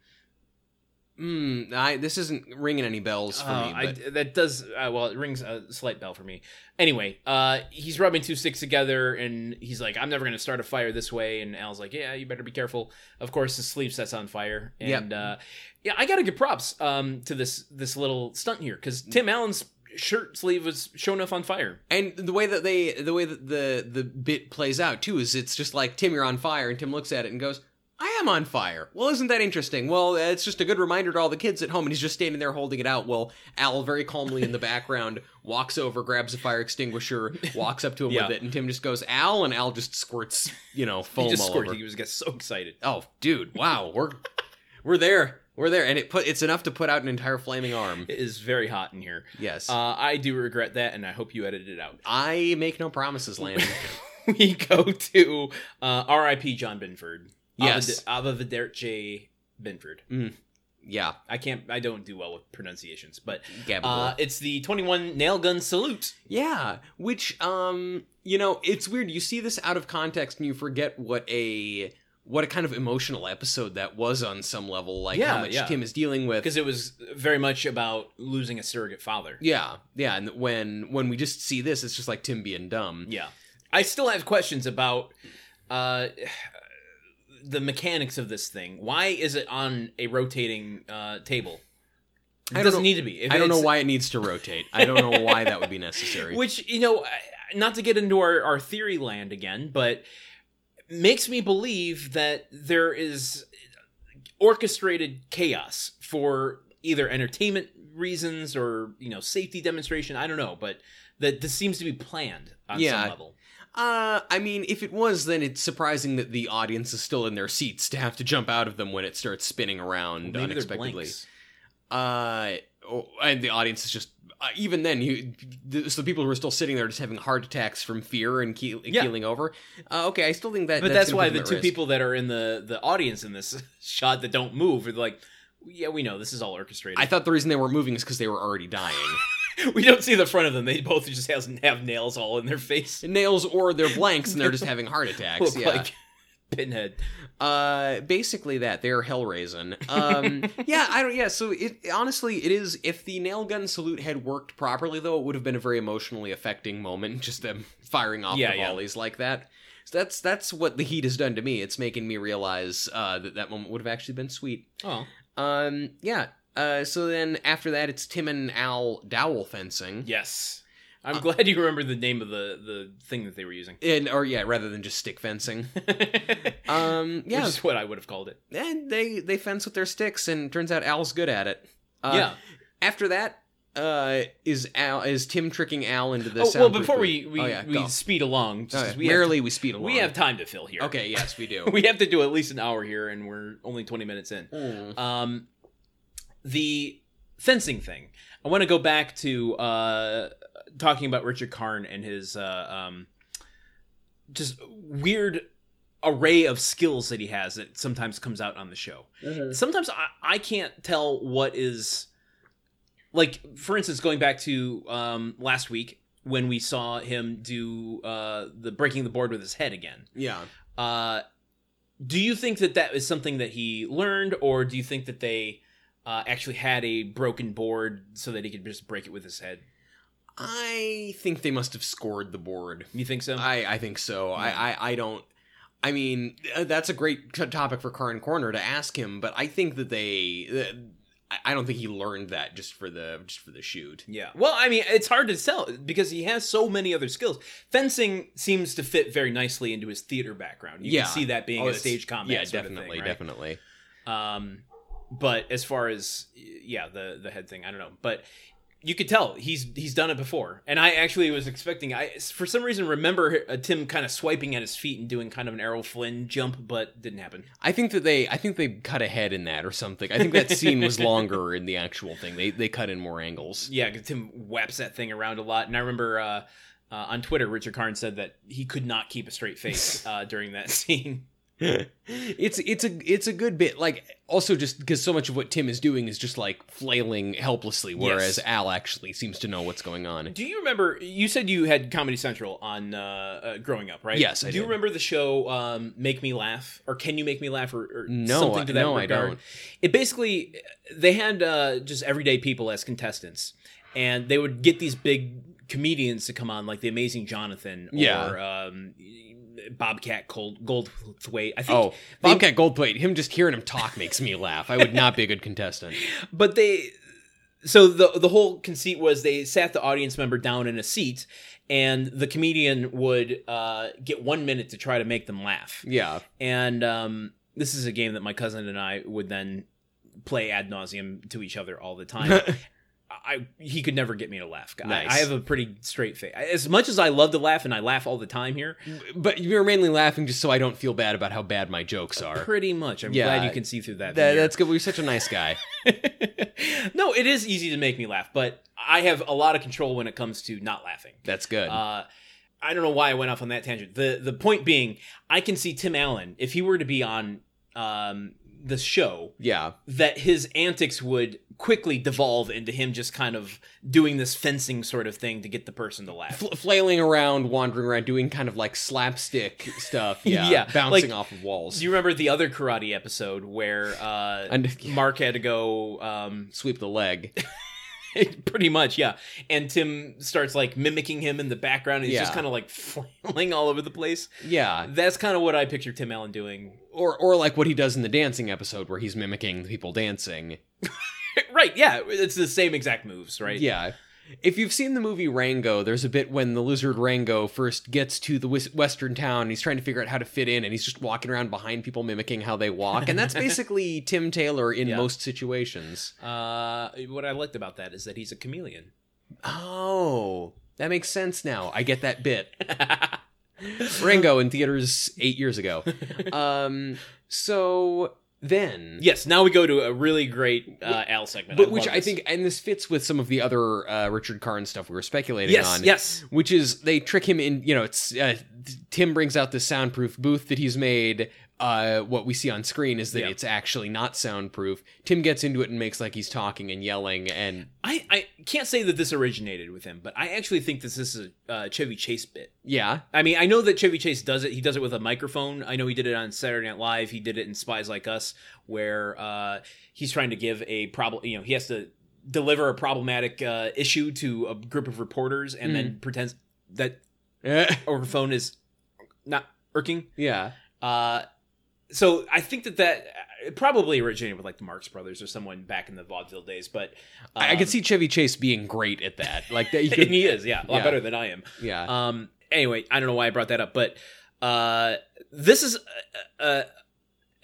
Speaker 2: Mm, I, this isn't ringing any bells for
Speaker 1: Uh,
Speaker 2: me.
Speaker 1: I,
Speaker 2: But
Speaker 1: that does uh, well. It rings a slight bell for me. Anyway, uh, he's rubbing two sticks together, and he's like, "I'm never going to start a fire this way." And Al's like, "Yeah, you better be careful." Of course, his sleeve sets on fire,
Speaker 2: Yep.
Speaker 1: and uh, yeah, I got to give props um, to this this little stunt here because
Speaker 2: Mm.
Speaker 1: Tim Allen's shirt sleeve was showing off on fire.
Speaker 2: and the way that they the way that the the bit plays out too is it's just like Tim, you're on fire, and Tim looks at it and goes, "I am on fire." Well, isn't that interesting? Well, uh, it's just a good reminder to all the kids at home, and he's just standing there holding it out. Well, Al very calmly in the background <laughs> walks over, grabs a fire extinguisher, walks up to him
Speaker 1: Yeah.
Speaker 2: with it, and Tim just goes, "Al," and Al just squirts, you know, foam
Speaker 1: He just
Speaker 2: all
Speaker 1: squirted.
Speaker 2: over.
Speaker 1: He was gets so excited.
Speaker 2: Oh, dude, wow, we're we're there, we're there, and it put it's enough to put out an entire flaming arm.
Speaker 1: It is very hot in here.
Speaker 2: Yes.
Speaker 1: Uh, I do regret that, and I hope you edited it out.
Speaker 2: I make no
Speaker 1: <laughs>
Speaker 2: promises, Landon.
Speaker 1: we go to uh, R.I.P. John Binford.
Speaker 2: Yes.
Speaker 1: Ava J. Binford.
Speaker 2: yeah,
Speaker 1: I can't. I don't do well with pronunciations, but
Speaker 2: Gabby.
Speaker 1: uh, it's the twenty-one nail gun salute.
Speaker 2: Yeah, which um, you know, it's weird. You see this out of context and you forget what a what a kind of emotional episode that was on some level, like
Speaker 1: Yeah,
Speaker 2: how much
Speaker 1: yeah.
Speaker 2: Tim is dealing with.
Speaker 1: because it was very much about losing a surrogate father.
Speaker 2: Yeah, yeah, and when when we just see this, it's just like Tim being dumb.
Speaker 1: Yeah, I still have questions about uh, the mechanics of this thing. Why is it on a rotating uh, table? It
Speaker 2: I don't
Speaker 1: doesn't
Speaker 2: know-
Speaker 1: need to be. If
Speaker 2: I don't know
Speaker 1: it's-
Speaker 2: why it needs to rotate. I don't know why that would be necessary.
Speaker 1: <laughs> Which you know, I- not to get into our, our theory land again, but makes me believe that there is orchestrated chaos for either entertainment reasons or you know safety demonstration. I don't know, but that this seems to be planned on
Speaker 2: Yeah.
Speaker 1: some level.
Speaker 2: Uh, I mean, if it was, then it's surprising that the audience is still in their seats to have to jump out of them when it starts spinning around
Speaker 1: Maybe they're
Speaker 2: unexpectedly.
Speaker 1: blanks.
Speaker 2: uh, oh, and the audience is just uh, even then you the, so the people who are still sitting there are just having heart attacks from fear and keel,
Speaker 1: Yeah.
Speaker 2: keeling over. Uh, okay, I still think that.
Speaker 1: But that's,
Speaker 2: gonna
Speaker 1: why
Speaker 2: put them
Speaker 1: the
Speaker 2: at
Speaker 1: two
Speaker 2: risk.
Speaker 1: people that are in the the audience in this <laughs> shot that don't move are like, yeah, we know this is all orchestrated.
Speaker 2: I thought the reason they weren't moving is because they were already
Speaker 1: <laughs>
Speaker 2: dying.
Speaker 1: we don't see the front of them; they both just has, have nails all in their face.
Speaker 2: Nails or they're blanks and
Speaker 1: <laughs>
Speaker 2: they're just having heart attacks.
Speaker 1: look
Speaker 2: Yeah.
Speaker 1: like <laughs> Pinhead.
Speaker 2: uh, basically that they're hell raising.
Speaker 1: <laughs>
Speaker 2: Um, yeah, I don't. Yeah, so it honestly it is. If the nail gun salute had worked properly, though, it would have been a very emotionally affecting moment. <laughs> Just them firing off
Speaker 1: Yeah,
Speaker 2: the
Speaker 1: yeah.
Speaker 2: volleys like that. So that's that's what the heat has done to me. It's making me realize uh, that that moment would have actually been sweet.
Speaker 1: Oh,
Speaker 2: Um, yeah. Uh, so then after that, it's Tim and Al dowel fencing.
Speaker 1: yes.
Speaker 2: Uh,
Speaker 1: I'm glad you remember the name of the the thing that they were
Speaker 2: <laughs>
Speaker 1: using.
Speaker 2: And, or yeah, rather than just stick fencing. Um, yeah,
Speaker 1: Which is what I would have called it.
Speaker 2: and they they fence with their sticks, and turns out Al's good at it. Uh,
Speaker 1: yeah.
Speaker 2: After that, uh, is Al is Tim tricking Al into the?
Speaker 1: Oh, well,
Speaker 2: soundproof
Speaker 1: before we
Speaker 2: booth?
Speaker 1: we,
Speaker 2: oh, yeah,
Speaker 1: we
Speaker 2: go.
Speaker 1: speed along, just
Speaker 2: Oh,
Speaker 1: 'cause
Speaker 2: yeah.
Speaker 1: we,
Speaker 2: rarely we speed
Speaker 1: have,
Speaker 2: along.
Speaker 1: we have time to fill here.
Speaker 2: Okay, yes, we do.
Speaker 1: <laughs> we have to do at least an hour here, and we're only 20 minutes in.
Speaker 2: Mm.
Speaker 1: Um, the fencing thing. I want to go back to uh, talking about Richard Karn and his uh, um, just weird array of skills that he has that sometimes comes out on the show. Sometimes I, I can't tell what is like. For instance, going back to um, last week when we saw him do uh, the breaking the board with his head again.
Speaker 2: Yeah,
Speaker 1: Uh, do you think that that is something that he learned, or do you think that they uh, actually had a broken board so that he could just break it with his head?
Speaker 2: I think they must have scored the board.
Speaker 1: You think so?
Speaker 2: I, I think so. I, I, I don't. I mean, uh, that's a great t- topic for Karn Corner to ask him, but I think that they. Uh, I- I don't think he learned that just for the just for the shoot.
Speaker 1: yeah. Well, I mean, it's hard to tell because he has so many other skills. Fencing seems to fit very nicely into his theater background. You
Speaker 2: Yeah.
Speaker 1: can see that being
Speaker 2: Oh,
Speaker 1: a
Speaker 2: it's-
Speaker 1: stage combat.
Speaker 2: yeah,
Speaker 1: sort of thing,
Speaker 2: definitely,
Speaker 1: right?
Speaker 2: definitely.
Speaker 1: Um, but as far as yeah, the the head thing, I don't know, but you could tell he's he's done it before, and I actually was expecting. I for some reason remember uh, Tim kind of swiping at his feet and doing kind of an Errol Flynn jump, but didn't happen.
Speaker 2: I think that they I think they cut ahead in that or something. I think that scene was longer in the actual thing. They they cut in more angles.
Speaker 1: <laughs> Yeah, 'cause Tim whaps that thing around a lot, and I remember. Uh, uh, on Twitter, Richard Karn said that he could not keep a straight face uh, during that <laughs> scene.
Speaker 2: it's it's a it's a good bit. Like also just because so much of what Tim is doing is just like flailing helplessly, whereas
Speaker 1: Yes.
Speaker 2: Al actually seems to know what's going on.
Speaker 1: Do you remember? You said you had Comedy Central on uh, uh, growing up, right?
Speaker 2: Yes, I
Speaker 1: Do
Speaker 2: did.
Speaker 1: you remember the show um, "Make Me Laugh" or "Can You Make Me Laugh" or, or
Speaker 2: No,
Speaker 1: something to
Speaker 2: I-
Speaker 1: that
Speaker 2: no, I
Speaker 1: regard?
Speaker 2: don't.
Speaker 1: It basically they had uh, just everyday people as contestants, and they would get these big comedians to come on, like the Amazing Jonathan or
Speaker 2: Yeah.
Speaker 1: um, Bobcat Cold Goldthwait. I think
Speaker 2: Oh, Bobcat Goldthwait, him just hearing him talk makes me laugh. I would not be a good contestant.
Speaker 1: but they so the the whole conceit was they sat the audience member down in a seat and the comedian would uh, get one minute to try to make them laugh
Speaker 2: Yeah.
Speaker 1: and um, this is a game that my cousin and i would then play ad nauseum to each other all the
Speaker 2: <laughs>
Speaker 1: time I he could never get me to laugh. I-
Speaker 2: Nice.
Speaker 1: I, have a pretty straight face. As much as I love to laugh, and I laugh all the time here,
Speaker 2: but you're mainly laughing just so I don't feel bad about how bad my jokes are.
Speaker 1: pretty much. I'm
Speaker 2: Yeah.
Speaker 1: glad you can see through that.
Speaker 2: That,
Speaker 1: veneer.
Speaker 2: that's good. We're such a nice guy.
Speaker 1: <laughs> no, it is easy to make me laugh, but I have a lot of control when it comes to not laughing.
Speaker 2: That's good.
Speaker 1: Uh, I don't know why I went off on that tangent. The the point being, I can see Tim Allen if he were to be on um, the show
Speaker 2: yeah.
Speaker 1: that his antics would quickly devolve into him just kind of doing this fencing sort of thing to get the person to laugh.
Speaker 2: Fl- flailing around, wandering around, doing kind of like slapstick stuff. <laughs> Yeah.
Speaker 1: Yeah,
Speaker 2: Bouncing
Speaker 1: like-
Speaker 2: off of walls.
Speaker 1: Do you remember the other karate episode where uh,
Speaker 2: and
Speaker 1: Mark had to go um, <laughs>
Speaker 2: sweep the leg.
Speaker 1: pretty much yeah and tim starts like mimicking him in the background and he's just
Speaker 2: Yeah.
Speaker 1: kind of like <laughs> flailing all over the place
Speaker 2: Yeah.
Speaker 1: that's kind of what i picture tim allen doing
Speaker 2: Or or like what he does in the dancing episode where he's mimicking the people dancing.
Speaker 1: right yeah it's the same exact moves right
Speaker 2: Yeah. If you've seen the movie Rango, there's a bit when the lizard Rango first gets to the wis- western town and he's trying to figure out how to fit in and he's just walking around behind people mimicking how they walk. And <laughs> that's basically Tim Taylor in
Speaker 1: Yeah.
Speaker 2: most situations.
Speaker 1: uh what i liked about that is that he's a chameleon <laughs>
Speaker 2: Oh, that makes sense now. I get that bit. Rango in theaters eight years ago.
Speaker 1: <laughs>
Speaker 2: Um, so then.
Speaker 1: yes now we go to a really great uh al segment
Speaker 2: But which
Speaker 1: love
Speaker 2: I
Speaker 1: this.
Speaker 2: think, and this fits with some of the other uh, Richard Karn stuff we were speculating
Speaker 1: yes
Speaker 2: on.
Speaker 1: yes
Speaker 2: which is they trick him in you know it's uh, tim brings out this soundproof booth that he's made uh, what we see on screen is that
Speaker 1: Yeah.
Speaker 2: it's actually not soundproof tim gets into it and makes like he's talking and yelling and
Speaker 1: I, I can't say that this originated with him, but I actually think this, this is a uh, Chevy Chase bit.
Speaker 2: yeah <laughs>
Speaker 1: I mean, I know that Chevy Chase does it. He does it with a microphone. I know he did it on Saturday Night Live. He did it in Spies Like Us, where uh, he's trying to give a problem. You know, he has to deliver a problematic uh, issue to a group of reporters, and
Speaker 2: Mm.
Speaker 1: then pretends that over phone is not irking.
Speaker 2: yeah
Speaker 1: Uh, so I think that that it probably originated with like the Marx Brothers or someone back in the vaudeville days. But
Speaker 2: I, I
Speaker 1: um,
Speaker 2: could see chevy chase being great at that like
Speaker 1: <laughs>
Speaker 2: that you
Speaker 1: and <laughs>
Speaker 2: could,
Speaker 1: he is, yeah, a lot
Speaker 2: Yeah.
Speaker 1: better than I am.
Speaker 2: yeah
Speaker 1: Um. Anyway, I don't know why I brought that up, but uh, this is uh, uh,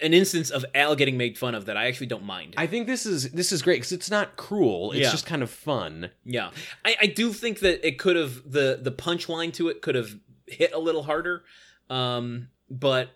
Speaker 1: an instance of Al getting made fun of that I actually don't mind.
Speaker 2: i think this is this is great because it's not cruel it's
Speaker 1: Yeah.
Speaker 2: just kind of fun
Speaker 1: yeah, I, I do think that it could have the the punchline to it could have hit a little harder, um, but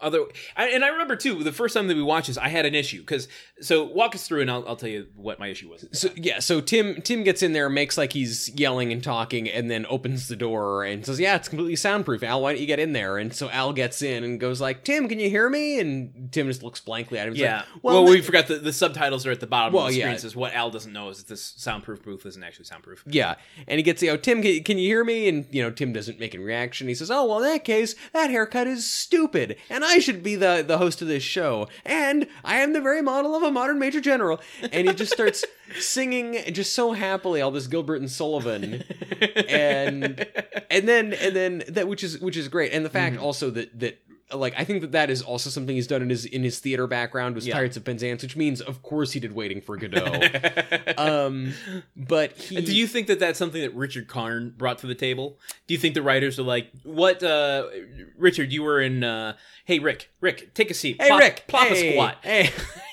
Speaker 1: Other I, and I remember too the first time that we watched this, I had an issue because so walk us through and I'll, I'll tell you what my issue was.
Speaker 2: So yeah, so Tim Tim gets in there, makes like he's yelling and talking, and then opens the door and says, "Yeah, it's completely soundproof. Al, why don't you get in there?" And so Al gets in and goes like, "Tim, can you hear me?" And Tim just looks blankly at him. He's
Speaker 1: yeah.
Speaker 2: like,
Speaker 1: well,
Speaker 2: the-
Speaker 1: we forgot the, the subtitles are at the bottom
Speaker 2: Well,
Speaker 1: of the screen.
Speaker 2: yeah.
Speaker 1: It says what Al doesn't know is that this soundproof booth isn't actually soundproof.
Speaker 2: Yeah, and he gets, you know, Tim, can, can you hear me? And you know, Tim doesn't make a reaction. He says, "Oh well, in that case, that haircut is stupid, and I should be the the host of this show, and I am the very model of a modern major general." And he
Speaker 1: <laughs>
Speaker 2: just starts singing just so happily all this Gilbert and Sullivan, and and then and then that which is which is great, and the fact
Speaker 1: Mm-hmm.
Speaker 2: also that that. Like I think that that is also something he's done in his in his theater background was
Speaker 1: Yeah.
Speaker 2: Pirates of Penzance, which means of course he did Waiting for Godot.
Speaker 1: <laughs>
Speaker 2: um, but he,
Speaker 1: And do you think that that's something that Richard Karn brought to the table? Do you think the writers are like, "What, uh, Richard? You were in. Uh, hey, Rick, Rick, take a seat.
Speaker 2: Hey
Speaker 1: plop,
Speaker 2: Rick,
Speaker 1: plop
Speaker 2: hey,
Speaker 1: a squat. <laughs>
Speaker 2: Hey,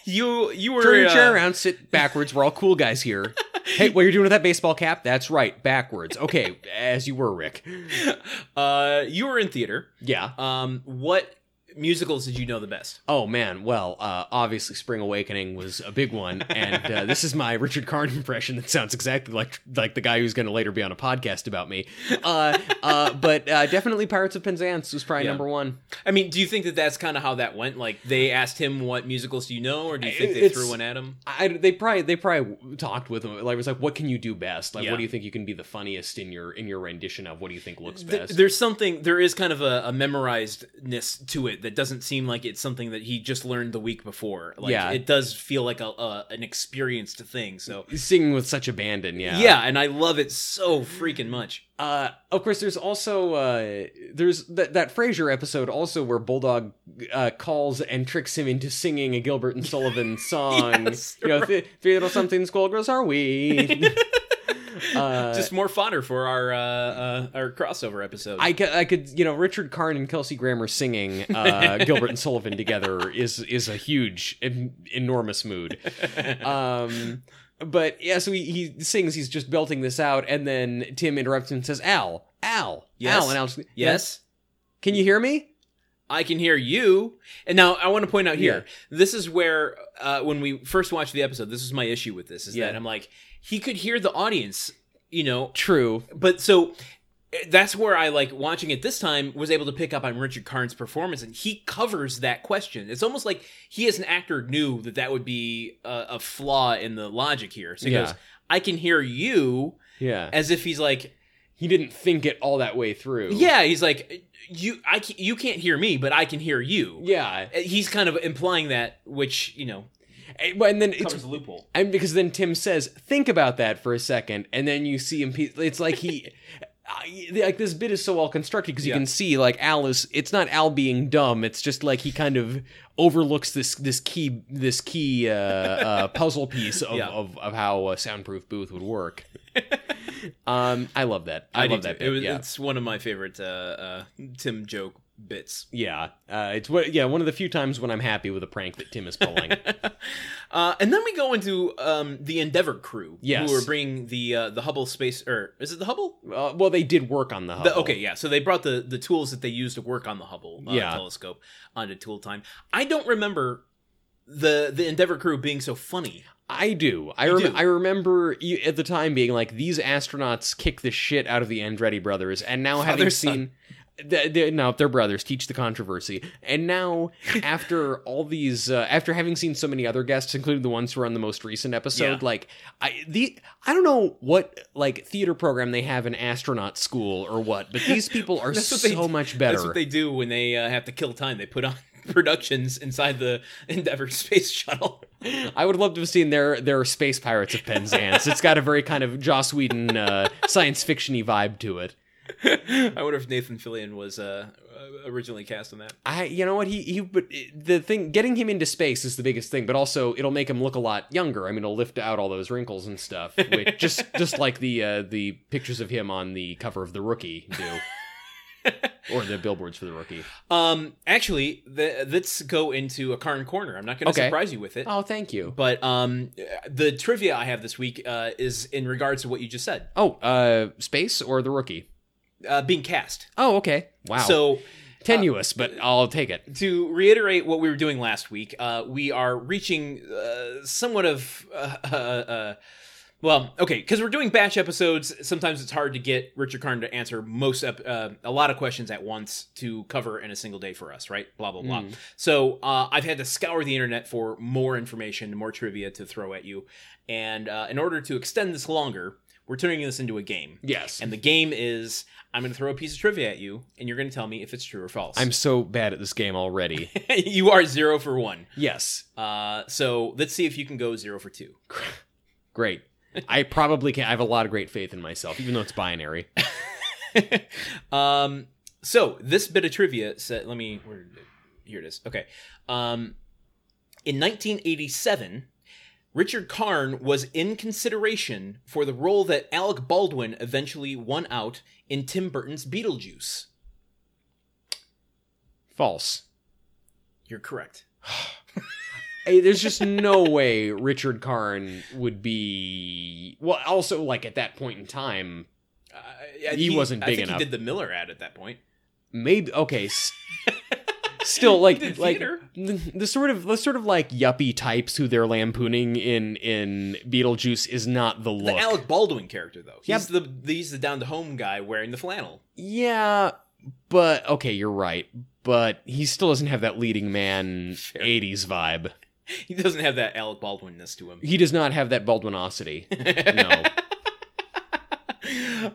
Speaker 1: You, you were.
Speaker 2: turn your
Speaker 1: uh,
Speaker 2: chair around, sit backwards. We're all cool guys here. Hey, what you're doing with that baseball cap? That's right, backwards. Okay, as you were, Rick.
Speaker 1: <laughs> Uh, you were in theater.
Speaker 2: Yeah.
Speaker 1: Um, what musicals did you know the best?
Speaker 2: Oh man. Well, uh, obviously, Spring Awakening was a big one, and uh, this is my Richard Karn <laughs> impression that sounds exactly like like the guy who's going to later be on a podcast about me. Uh, uh, but uh, definitely, Pirates of Penzance was probably
Speaker 1: Yeah.
Speaker 2: number one.
Speaker 1: I mean, do you think that that's kind of how that went? Like they asked him, "What musicals do you know?" Or do you think they
Speaker 2: It's-
Speaker 1: threw one at him?
Speaker 2: I, they probably they probably talked with him. Like it was like, what can you do best? Like,
Speaker 1: Yeah.
Speaker 2: what do you think you can be the funniest in your in your rendition of? What do you think looks
Speaker 1: Th-
Speaker 2: best?
Speaker 1: there's something there is kind of a, a memorizedness to it that doesn't seem like it's something that he just learned the week before like
Speaker 2: Yeah.
Speaker 1: it does feel like a, a an experienced thing so
Speaker 2: singing with such abandon. Yeah,
Speaker 1: yeah. and i love it so freaking much
Speaker 2: Uh, of course, there's also uh, there's that that Frasier episode also where Bulldog uh, calls and tricks him into singing a Gilbert and
Speaker 1: <laughs>
Speaker 2: Sullivan song.
Speaker 1: Yes,
Speaker 2: you know, th- three little something squirrel girls
Speaker 1: <laughs>
Speaker 2: are we. uh,
Speaker 1: just more fodder for our uh, uh our crossover episode
Speaker 2: I could, I could, you know, Richard Karn and Kelsey Grammer singing
Speaker 1: <laughs>
Speaker 2: uh, Gilbert and Sullivan together is is a huge, en- enormous mood. Um, but yeah, so he, he sings, he's just belting this out, and then Tim interrupts him and says, "Al, Al,
Speaker 1: Yes.
Speaker 2: Al," and Al's
Speaker 1: yes
Speaker 2: can you hear me?
Speaker 1: I can hear you. And now I want to point out here, this is where uh, when we first watched the episode, this is my issue with this is
Speaker 2: Yeah.
Speaker 1: that I'm like, he could hear the audience, you know,
Speaker 2: True.
Speaker 1: but so eh, that's where I like watching it this time was able to pick up on Richard Karn's performance, and he covers that question. It's almost like he, as an actor, knew that that would be a, a flaw in the logic here. So he
Speaker 2: Yeah.
Speaker 1: goes, "I can hear you,"
Speaker 2: Yeah,
Speaker 1: as if he's like,
Speaker 2: he didn't think it all that way through.
Speaker 1: "Yeah," he's like, "You, I, ca- you can't hear me, but I can hear you."
Speaker 2: yeah,
Speaker 1: Eh, He's kind of implying that, which you know,
Speaker 2: and, and then
Speaker 1: covers
Speaker 2: it's
Speaker 1: the loophole.
Speaker 2: And because then Tim says, "Think about that for a second, and then you see him. pe- It's like he, <laughs> I- like this bit is so well constructed because you
Speaker 1: Yeah.
Speaker 2: can see like Al is. It's not Al being dumb. It's just like he kind of overlooks this this key this key uh, uh, puzzle piece of,
Speaker 1: Yeah.
Speaker 2: of of how a soundproof booth would
Speaker 1: <laughs>
Speaker 2: work. um, I love that. I,
Speaker 1: do
Speaker 2: love that
Speaker 1: too.
Speaker 2: bit.
Speaker 1: It was-
Speaker 2: yeah.
Speaker 1: It's one of my favorite uh, uh, Tim joke bits.
Speaker 2: yeah, uh, it's what. Yeah, one of the few times when I'm happy with a prank that Tim is
Speaker 1: <laughs>
Speaker 2: pulling.
Speaker 1: Uh, and then we go into um, the Endeavor crew,
Speaker 2: Yes.
Speaker 1: who are bringing the uh, the Hubble space, or is it the Hubble?
Speaker 2: uh, well, they did work on the,
Speaker 1: The-
Speaker 2: Hubble.
Speaker 1: okay, yeah. So they brought the the tools that they used to work on the Hubble uh,
Speaker 2: Yeah.
Speaker 1: telescope onto Tool Time. I don't remember the the Endeavor crew being so funny.
Speaker 2: I do. I
Speaker 1: You
Speaker 2: rem-
Speaker 1: do.
Speaker 2: I remember you, at the time being like these astronauts kick the shit out of the Andretti brothers, and now having
Speaker 1: Father, son.
Speaker 2: seen. Th- th- no, they're brothers. Teach the controversy.
Speaker 1: <laughs>
Speaker 2: And now, after all these, uh, after having seen so many other guests, including the ones who are on the most recent episode,
Speaker 1: Yeah.
Speaker 2: like I the I don't know what like theater program they have in astronaut school or what, but these
Speaker 1: <laughs>
Speaker 2: people are
Speaker 1: That's what
Speaker 2: so
Speaker 1: they do.
Speaker 2: much better.
Speaker 1: That's what they do when they uh, have to kill time. They put on <laughs> productions inside the Endeavor <laughs> space shuttle.
Speaker 2: I would love to have seen their their space pirates of Penzance. it's got a very kind of Joss Whedon uh, science fictiony vibe to it.
Speaker 1: <laughs> I wonder if Nathan Fillion was uh, uh, originally cast in that.
Speaker 2: I, you know what he he but eh, the thing getting him into space is the biggest thing, but also it'll make him look a lot younger. I mean, it'll lift out all those wrinkles and stuff, <laughs> which just just like the uh, the pictures of him on the cover of the Rookie do, <laughs> or the billboards for the Rookie.
Speaker 1: Um, actually, the, let's go into a Karn corner. I'm not going to
Speaker 2: Okay.
Speaker 1: surprise you with it,
Speaker 2: Oh, thank you.
Speaker 1: but um, the trivia I have this week uh, is in regards to what you just said,
Speaker 2: Oh, uh, space or the Rookie?
Speaker 1: uh, being cast.
Speaker 2: Oh, okay. Wow.
Speaker 1: So
Speaker 3: Tenuous, but I'll take it.
Speaker 1: to reiterate what we were doing last week, uh, we are reaching uh, somewhat of. Uh, uh, uh, well, okay, because we're doing batch episodes, sometimes it's hard to get Richard Karn to answer most ep- uh, a lot of questions at once to cover in a single day for us, right? Blah blah blah. So uh, I've had to scour the internet for more information, more trivia to throw at you, and uh, in order to extend this longer, we're turning this into a game.
Speaker 2: Yes.
Speaker 1: And the game is I'm going to throw a piece of trivia at you, and you're going to tell me if it's true or false.
Speaker 2: I'm so bad at this game already.
Speaker 1: <laughs> you are zero for one.
Speaker 2: yes.
Speaker 1: Uh, so let's see if you can go zero for two.
Speaker 2: Great. I probably can. I have a lot of great faith in myself, even though it's binary.
Speaker 1: um, so this bit of trivia said, let me, where, did it- here it is. Okay. Um, in 1987, Richard Karn was in consideration for the role that Alec Baldwin eventually won out in Tim Burton's Beetlejuice.
Speaker 2: False.
Speaker 1: You're correct.
Speaker 2: Hey, there's just <laughs> no way Richard Karn would be. Well, also, like, at that point in time,
Speaker 1: Uh,
Speaker 2: He wasn't
Speaker 1: I
Speaker 2: big
Speaker 1: think
Speaker 2: enough.
Speaker 1: He did the Miller ad at that point.
Speaker 2: maybe. Okay. <laughs> s- Still, like,
Speaker 1: He did
Speaker 2: like
Speaker 1: theater.
Speaker 2: the, the sort of the sort of like yuppie types who they're lampooning in in Beetlejuice is not the
Speaker 1: The
Speaker 2: look.
Speaker 1: Alec Baldwin character, though.
Speaker 2: Yeah,
Speaker 1: He's the the he's the down to home guy wearing the flannel.
Speaker 2: yeah, but okay, you're right. But he still doesn't have that leading man
Speaker 1: Sure.
Speaker 2: '80s vibe.
Speaker 1: <laughs> He doesn't have that Alec Baldwinness to him.
Speaker 2: He does not have that Baldwinosity. No.
Speaker 1: <laughs>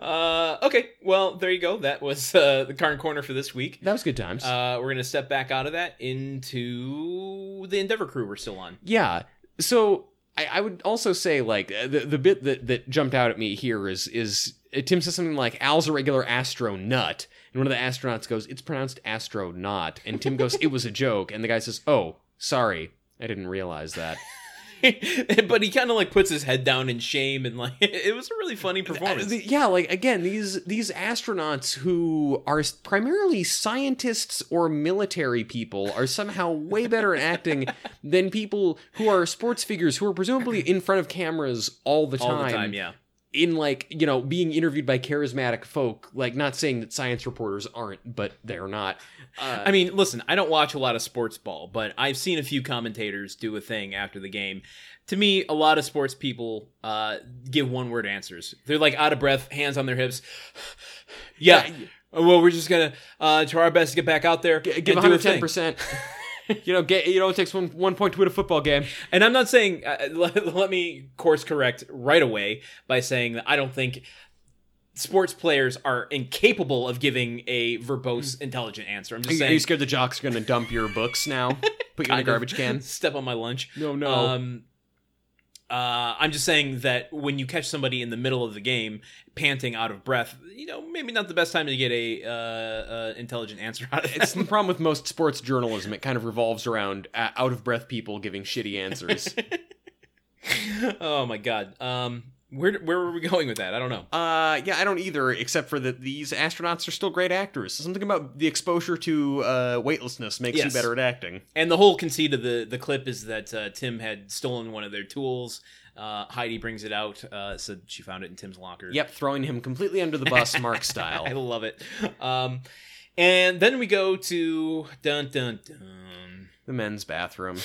Speaker 1: uh, okay, well there you go. That was uh, the Karn corner for this week.
Speaker 2: That was good times.
Speaker 1: Uh, we're gonna step back out of that into the Endeavor crew. We're still on. <laughs>
Speaker 2: yeah. So I, I would also say like uh, the the bit that that jumped out at me here is is uh, Tim says something like Al's a regular astronaut, and one of the astronauts goes, "It's pronounced astronaut," and Tim goes, "It was a joke," and the guy says, "Oh, sorry." I didn't realize that.
Speaker 1: but he kind of like puts his head down in shame and like <laughs> it was a really funny
Speaker 2: Uh,
Speaker 1: performance.
Speaker 2: the- yeah, like again, these these astronauts who are s- primarily scientists or military people are somehow way better at
Speaker 1: <laughs>
Speaker 2: acting than people who are sports figures who are presumably in front of cameras all the time.
Speaker 1: All the time, yeah.
Speaker 2: In like you know being interviewed by charismatic folk. Like not saying that science reporters aren't, but they're not. Uh,
Speaker 1: I mean, listen, I don't watch a lot of sports ball, but I've seen a few commentators do a thing after the game. To me, a lot of sports people uh, give one word answers. They're like out of breath, hands on their hips. <sighs> yeah. Well, we're just gonna uh, try our best to get back out there
Speaker 2: g- give
Speaker 1: and do a
Speaker 2: hundred ten
Speaker 1: thing.
Speaker 2: percent. <laughs> You know, get, you know, it takes one one point to win a football game.
Speaker 1: And I'm not saying uh, <laughs> let, let me course correct right away by saying that I don't think sports players are incapable of giving a verbose, intelligent answer. I'm
Speaker 2: Mm. Are
Speaker 1: just
Speaker 2: you, are you
Speaker 1: saying.
Speaker 2: scared the jocks are going to dump your books now? Put you in a
Speaker 1: kind of
Speaker 2: garbage
Speaker 1: <laughs>
Speaker 2: can?
Speaker 1: Step on my lunch.
Speaker 2: No, no.
Speaker 1: Um, uh, I'm just saying that when you catch somebody in the middle of the game, panting, out of breath, you know, maybe not the best time to get a uh, uh, intelligent answer out of
Speaker 2: It's
Speaker 1: it.
Speaker 2: the problem with most sports journalism. It kind of revolves around uh, out of breath people giving shitty
Speaker 1: <laughs>
Speaker 2: answers.
Speaker 1: oh my god. Um, where where were we going with that? I don't know.
Speaker 2: uh, yeah, I don't either, except for that these astronauts are still great actors. Something about the exposure to uh, weightlessness makes you
Speaker 1: Yes.
Speaker 2: better at acting.
Speaker 1: And the whole conceit of the the clip is that uh, Tim had stolen one of their tools. Uh, Heidi brings it out. Uh, said she found it in Tim's locker.
Speaker 2: Yep, throwing him completely under the bus,
Speaker 1: <laughs>
Speaker 2: Mark style.
Speaker 1: I love it. Um, and then we go to dun dun dun.
Speaker 2: The men's bathroom.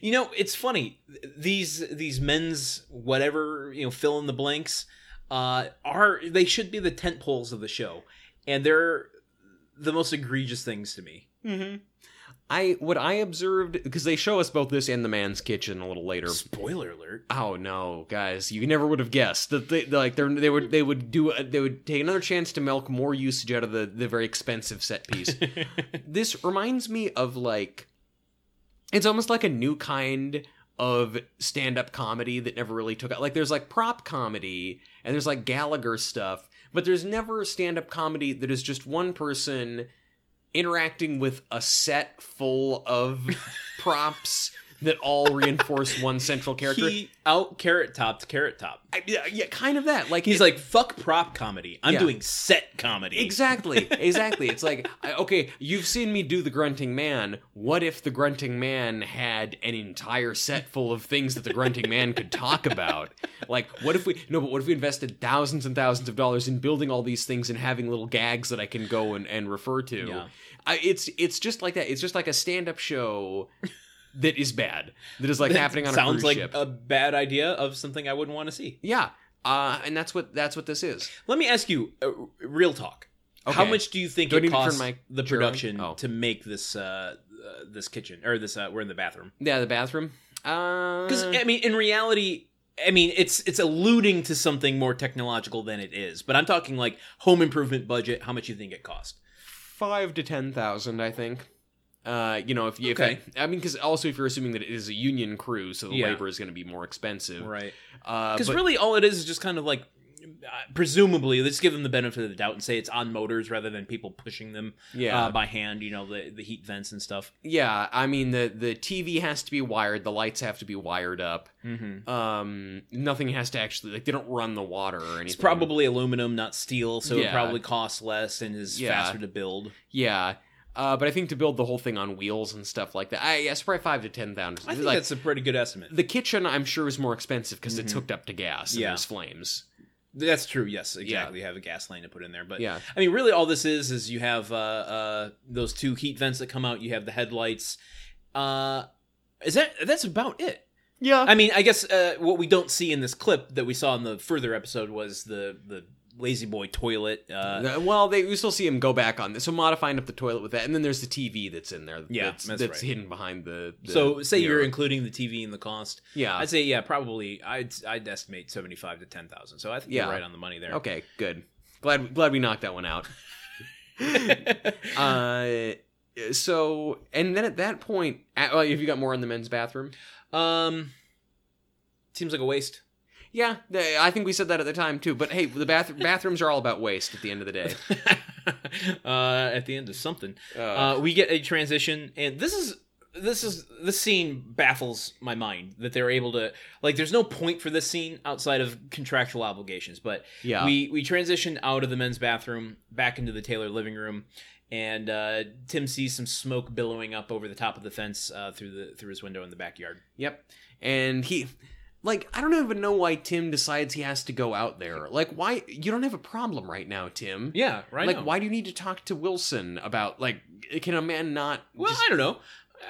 Speaker 1: You know, it's funny. These these men's whatever you know fill in the blanks uh, are they should be the tent poles of the show, and they're the most egregious things to me.
Speaker 2: mm-hmm. I what I observed because they show us both this and the man's kitchen a little later.
Speaker 1: Spoiler
Speaker 2: <laughs>
Speaker 1: alert.
Speaker 2: Oh no, guys! You never would have guessed that they like they're, they would they would do they would take another chance to milk more usage out of the the very expensive set piece. this reminds me of like it's almost like a new kind of stand-up comedy that never really took out like there's like prop comedy and there's like gallagher stuff but there's never stand-up comedy that is just one
Speaker 1: <laughs>
Speaker 2: person interacting with a set full of props that all reinforce one central character.
Speaker 1: He out carrot topped carrot top.
Speaker 2: I- yeah, yeah, kind of that. Like
Speaker 1: He's
Speaker 2: it-
Speaker 1: like, fuck prop comedy. I'm
Speaker 2: Yeah.
Speaker 1: doing set comedy.
Speaker 2: exactly, exactly. It's like I- okay, you've seen me do the grunting man. What if the grunting man had an entire set full of things that the grunting man could talk about? Like, what if we no, but what if we invested thousands and thousands of dollars in building all these things and having little gags that I can go and, and refer to?
Speaker 1: Yeah.
Speaker 2: I, it's it's just like that. It's just like a stand up show. That is bad. That is like happening on a
Speaker 1: Sounds
Speaker 2: cruise
Speaker 1: like
Speaker 2: ship.
Speaker 1: a bad idea of something I wouldn't want to see.
Speaker 2: Yeah. Uh, and that's what that's what this is.
Speaker 1: Let me ask you, uh, r- real talk. How
Speaker 2: Okay.
Speaker 1: much do you think
Speaker 2: Do I
Speaker 1: it
Speaker 2: need to turn
Speaker 1: costs
Speaker 2: my
Speaker 1: the
Speaker 2: chair on?
Speaker 1: production
Speaker 2: Oh.
Speaker 1: to make this uh, uh, this kitchen or this? Uh, we're in the bathroom
Speaker 2: Yeah, the bathroom. Uh,
Speaker 1: because
Speaker 2: Because
Speaker 1: I mean, in reality, I mean it's it's alluding to something more technological than it is. But I'm talking like home improvement budget. How much you think it cost?
Speaker 2: five to ten thousand, I think. Uh, you know, if you,
Speaker 1: Okay.
Speaker 2: if I, I mean, because also if you're assuming that it is a union crew, so the
Speaker 1: Yeah.
Speaker 2: labor is going to be more expensive.
Speaker 1: Right.
Speaker 2: Uh,
Speaker 1: Because
Speaker 2: but-
Speaker 1: really, all it is is just kind of like, uh, presumably, let's give them the benefit of the doubt and say it's on motors rather than people pushing them
Speaker 2: yeah,
Speaker 1: uh, by hand. You know, the the heat vents and stuff.
Speaker 2: yeah. I mean, the the TV has to be wired, the lights have to be wired up.
Speaker 1: Mm-hmm.
Speaker 2: Um, nothing has to actually like they don't run the water or anything.
Speaker 1: It's probably aluminum, not steel, so it
Speaker 2: Yeah.
Speaker 1: probably costs less and is
Speaker 2: Yeah.
Speaker 1: faster to build.
Speaker 2: yeah. Uh, but I think to build the whole thing on wheels and stuff like that, I yeah, it's probably five to ten thousand.
Speaker 1: I think
Speaker 2: like,
Speaker 1: that's a pretty good estimate.
Speaker 2: the kitchen i'm sure is more expensive because it's
Speaker 1: Mhm.
Speaker 2: hooked up to gas and
Speaker 1: Yeah.
Speaker 2: there's flames
Speaker 1: That's true. Yes, exactly. You have a gas line to put in there, but
Speaker 2: yeah
Speaker 1: I mean, really, all this is is you have uh, uh, those two heat vents that come out. You have the headlights. Uh, is that that's about it?
Speaker 2: yeah
Speaker 1: I mean, I guess uh, what we don't see in this clip that we saw in the further episode was the the lazy boy toilet. Uh,
Speaker 2: well they we still see him go back on this so modifying up the toilet with that and then there's the tv that's in there
Speaker 1: Yeah,
Speaker 2: that's,
Speaker 1: that's right.
Speaker 2: hidden behind the, the
Speaker 1: so say you're
Speaker 2: mirror.
Speaker 1: including the TV in the cost.
Speaker 2: yeah
Speaker 1: I'd say yeah, probably. I'd I'd estimate seventy five to ten thousand. So I think
Speaker 2: Yeah.
Speaker 1: you're right on the money there.
Speaker 2: okay good glad glad we knocked that one <laughs> out uh so and then at that point at, well, have you got more on the men's bathroom
Speaker 1: <laughs> um, seems like a waste. <laughs>
Speaker 2: yeah th- i think we said that at the time too but hey the bath- <laughs> bathrooms are all about waste at the end of the day
Speaker 1: uh, at the end of something.
Speaker 2: uh,
Speaker 1: uh, we get a transition and this is this is this scene baffles my mind that they're able to like there's no point for this scene outside of contractual obligations but
Speaker 2: yeah
Speaker 1: we we transition out of the men's bathroom back into the taylor living room and uh, tim sees some smoke billowing up over the top of the fence uh, through the through his window in the backyard
Speaker 2: Yep. And he like I don't even know why Tim decides he has to go out there. Like why you don't have a problem right now, Tim.
Speaker 1: yeah right
Speaker 2: like why do you need to talk to Wilson about like can a man not
Speaker 1: well
Speaker 2: just-
Speaker 1: i don't know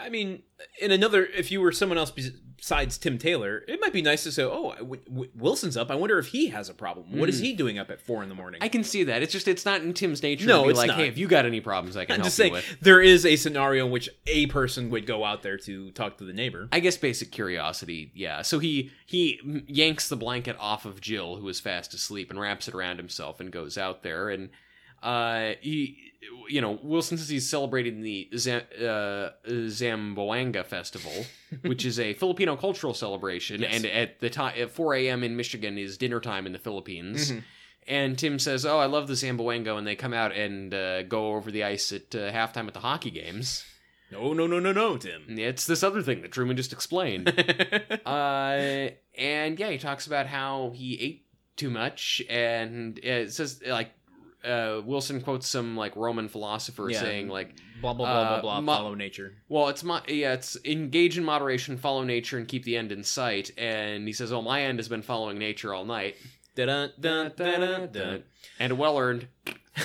Speaker 1: i mean in another if you were someone else bes- besides tim taylor it might be nice to say oh w- w- wilson's up i wonder if he has a problem What is
Speaker 2: Mm.
Speaker 1: he doing up at four in the morning
Speaker 2: I can see that. It's just it's not in Tim's nature
Speaker 1: No,
Speaker 2: to be
Speaker 1: it's
Speaker 2: like,
Speaker 1: not.
Speaker 2: "Hey, if you got any problems, I can
Speaker 1: I'm
Speaker 2: help
Speaker 1: just
Speaker 2: you
Speaker 1: saying
Speaker 2: with."
Speaker 1: there is a scenario in which a person would go out there to talk to the neighbor.
Speaker 2: I guess basic curiosity. Yeah. So he he yanks the blanket off of Jill, who is fast asleep, and wraps it around himself and goes out there. And uh, he, you know, Wilson says he's celebrating the Zam- uh,
Speaker 1: <laughs>
Speaker 2: Zamboanga Festival, which is a Filipino cultural celebration.
Speaker 1: Yes.
Speaker 2: And at the time, at 4 a.m. in Michigan is dinner time in the Philippines.
Speaker 1: Mhm.
Speaker 2: And Tim says, "Oh, I love the Zamboanga," and they come out and uh, go over the ice at uh, halftime at the hockey games.
Speaker 1: No, no, no, no, no, Tim.
Speaker 2: It's this other thing that Truman just
Speaker 1: <laughs>
Speaker 2: explained Mm. uh, and yeah, he talks about how he ate too much, and uh, it says like uh, Wilson quotes some like Roman philosopher
Speaker 1: Yeah.
Speaker 2: saying like,
Speaker 1: blah blah blah blah
Speaker 2: Uh,
Speaker 1: blah.
Speaker 2: mo-
Speaker 1: follow nature.
Speaker 2: "Well, it's my yeah, it's engage in moderation, follow nature, and keep the end in sight." And he says, "Oh, my end has been following nature all night,
Speaker 1: Dun, dun, dun, dun, dun.
Speaker 2: and well earned."
Speaker 1: <laughs>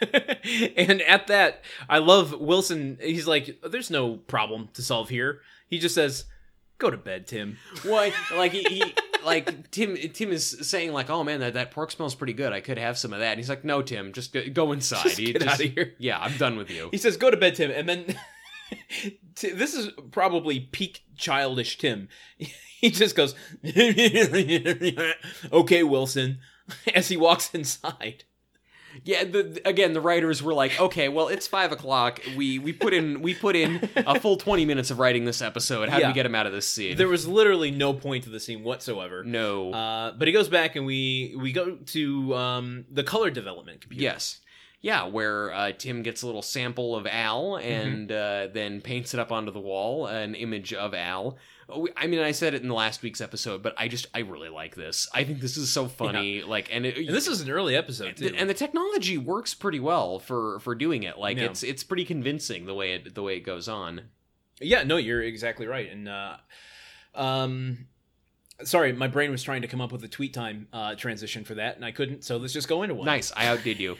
Speaker 1: and at that, I love Wilson. He's like, "There's no problem to solve here." He just says, "Go to bed, Tim."
Speaker 2: What like he. he like Tim, Tim is saying like, "Oh man, that, that pork smells pretty good. I could have some of that." And he's like, "No, Tim, just go, go inside.
Speaker 1: Just
Speaker 2: You
Speaker 1: get out of here.
Speaker 2: <laughs> Yeah, I'm done with you."
Speaker 1: He says, "Go to bed, Tim," and then <laughs> Ti- this is probably peak childish Tim. <laughs> He just goes, <laughs> "Okay, Wilson," <laughs> as he walks inside.
Speaker 2: Yeah, the, again, the writers were like, "Okay, well, it's five o'clock. We we put in we put in a full twenty minutes of writing this episode. How do
Speaker 1: Yeah.
Speaker 2: we get him out of this scene?
Speaker 1: There was literally no point to the scene whatsoever.
Speaker 2: no,
Speaker 1: Uh, but he goes back and we we go to um, the color development computer.
Speaker 2: yes, yeah, where uh, Tim gets a little sample of Al and
Speaker 1: Mm-hmm.
Speaker 2: uh, then paints it up onto the wall, an image of Al. Oh, we- I mean, I said it in the last week's episode, but I just I really like this. I think this is so funny. Like, and, it,
Speaker 1: And this is an early episode too.
Speaker 2: the- and the technology works pretty well for for doing it. Like,
Speaker 1: Yeah.
Speaker 2: it's it's pretty convincing the way it the way it goes on.
Speaker 1: Yeah, no, you're exactly right. And uh um sorry, my brain was trying to come up with a tweet time uh transition for that and I couldn't, so let's just go into one.
Speaker 2: Nice, I outdid
Speaker 1: <laughs>
Speaker 2: you.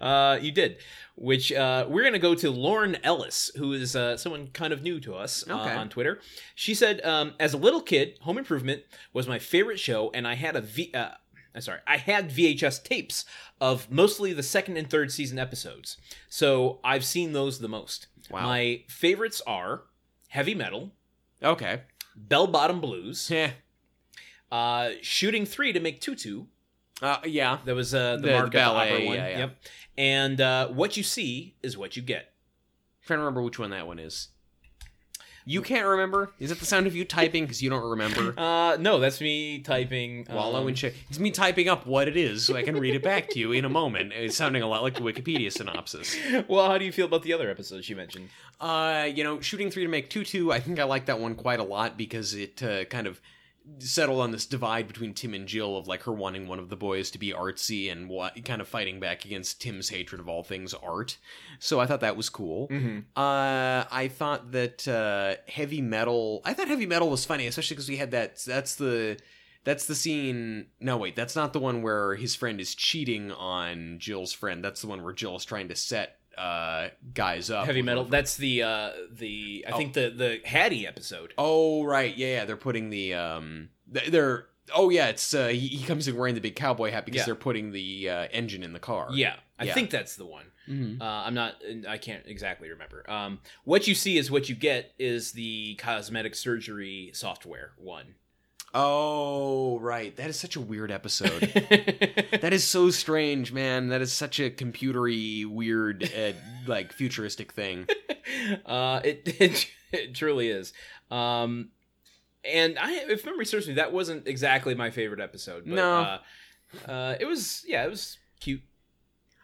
Speaker 1: uh you did. Which uh we're going to go to Lauren Ellis, who is uh someone kind of new to us uh,
Speaker 2: Okay.
Speaker 1: on Twitter. She said um as a little kid, Home Improvement was my favorite show and I had a V uh I'm sorry. I had VHS tapes of mostly the second and third season episodes. So I've seen those the most.
Speaker 2: Wow.
Speaker 1: My favorites are heavy metal,
Speaker 2: okay.
Speaker 1: bell bottom blues,
Speaker 2: Yeah.
Speaker 1: uh, shooting three to make tutu.
Speaker 2: Uh, yeah.
Speaker 1: That was uh, the,
Speaker 2: The- the
Speaker 1: Mark of the
Speaker 2: ballet,
Speaker 1: opera one.
Speaker 2: yeah, yeah.
Speaker 1: Yep. And uh, what you see is what you get.
Speaker 2: trying to remember which one that one is. You can't remember? Is it the sound of you typing because you don't remember?
Speaker 1: Uh, no, that's me typing.
Speaker 2: Wallow
Speaker 1: um,
Speaker 2: and shit. It's me typing up what it is so I can read it back to you in a moment. It's sounding a lot like the Wikipedia synopsis.
Speaker 1: <laughs> Well, how do you feel about the other episodes you mentioned?
Speaker 2: Uh, you know, shooting three to make two two. I think I like that one quite a lot because it uh, kind of settled on this divide between Tim and Jill of like her wanting one of the boys to be artsy and what kind of fighting back against Tim's hatred of all things art. So I thought that was cool.
Speaker 1: Mm-hmm.
Speaker 2: Uh, I thought that uh, heavy metal. I thought heavy metal was funny, especially because we had that. That's the. That's the scene. No, wait, that's not the one where his friend is cheating on Jill's friend. That's the one where Jill is trying to set uh, guys up.
Speaker 1: Heavy
Speaker 2: with
Speaker 1: metal.
Speaker 2: her-
Speaker 1: That's the uh, the I think the the Hattie episode.
Speaker 2: Oh right, yeah, yeah. They're putting the um. th- They're oh yeah, it's uh, he, he comes in wearing the big cowboy hat because
Speaker 1: Yeah.
Speaker 2: they're putting the uh, engine in the car.
Speaker 1: Yeah, I
Speaker 2: Yeah.
Speaker 1: think that's the one.
Speaker 2: Mhm.
Speaker 1: Uh, I'm not. I can't exactly remember. Um, what you see is what you get is the cosmetic surgery software one. <laughs>
Speaker 2: Oh right, that is such a weird
Speaker 1: <laughs>
Speaker 2: episode. that is so strange, man. That is such a computery, weird, uh, like futuristic thing.
Speaker 1: <laughs> uh, it, it it truly is. Um, and I, if memory serves me, that wasn't exactly my favorite episode. But,
Speaker 2: No.
Speaker 1: uh, uh, it was. Yeah, it was cute.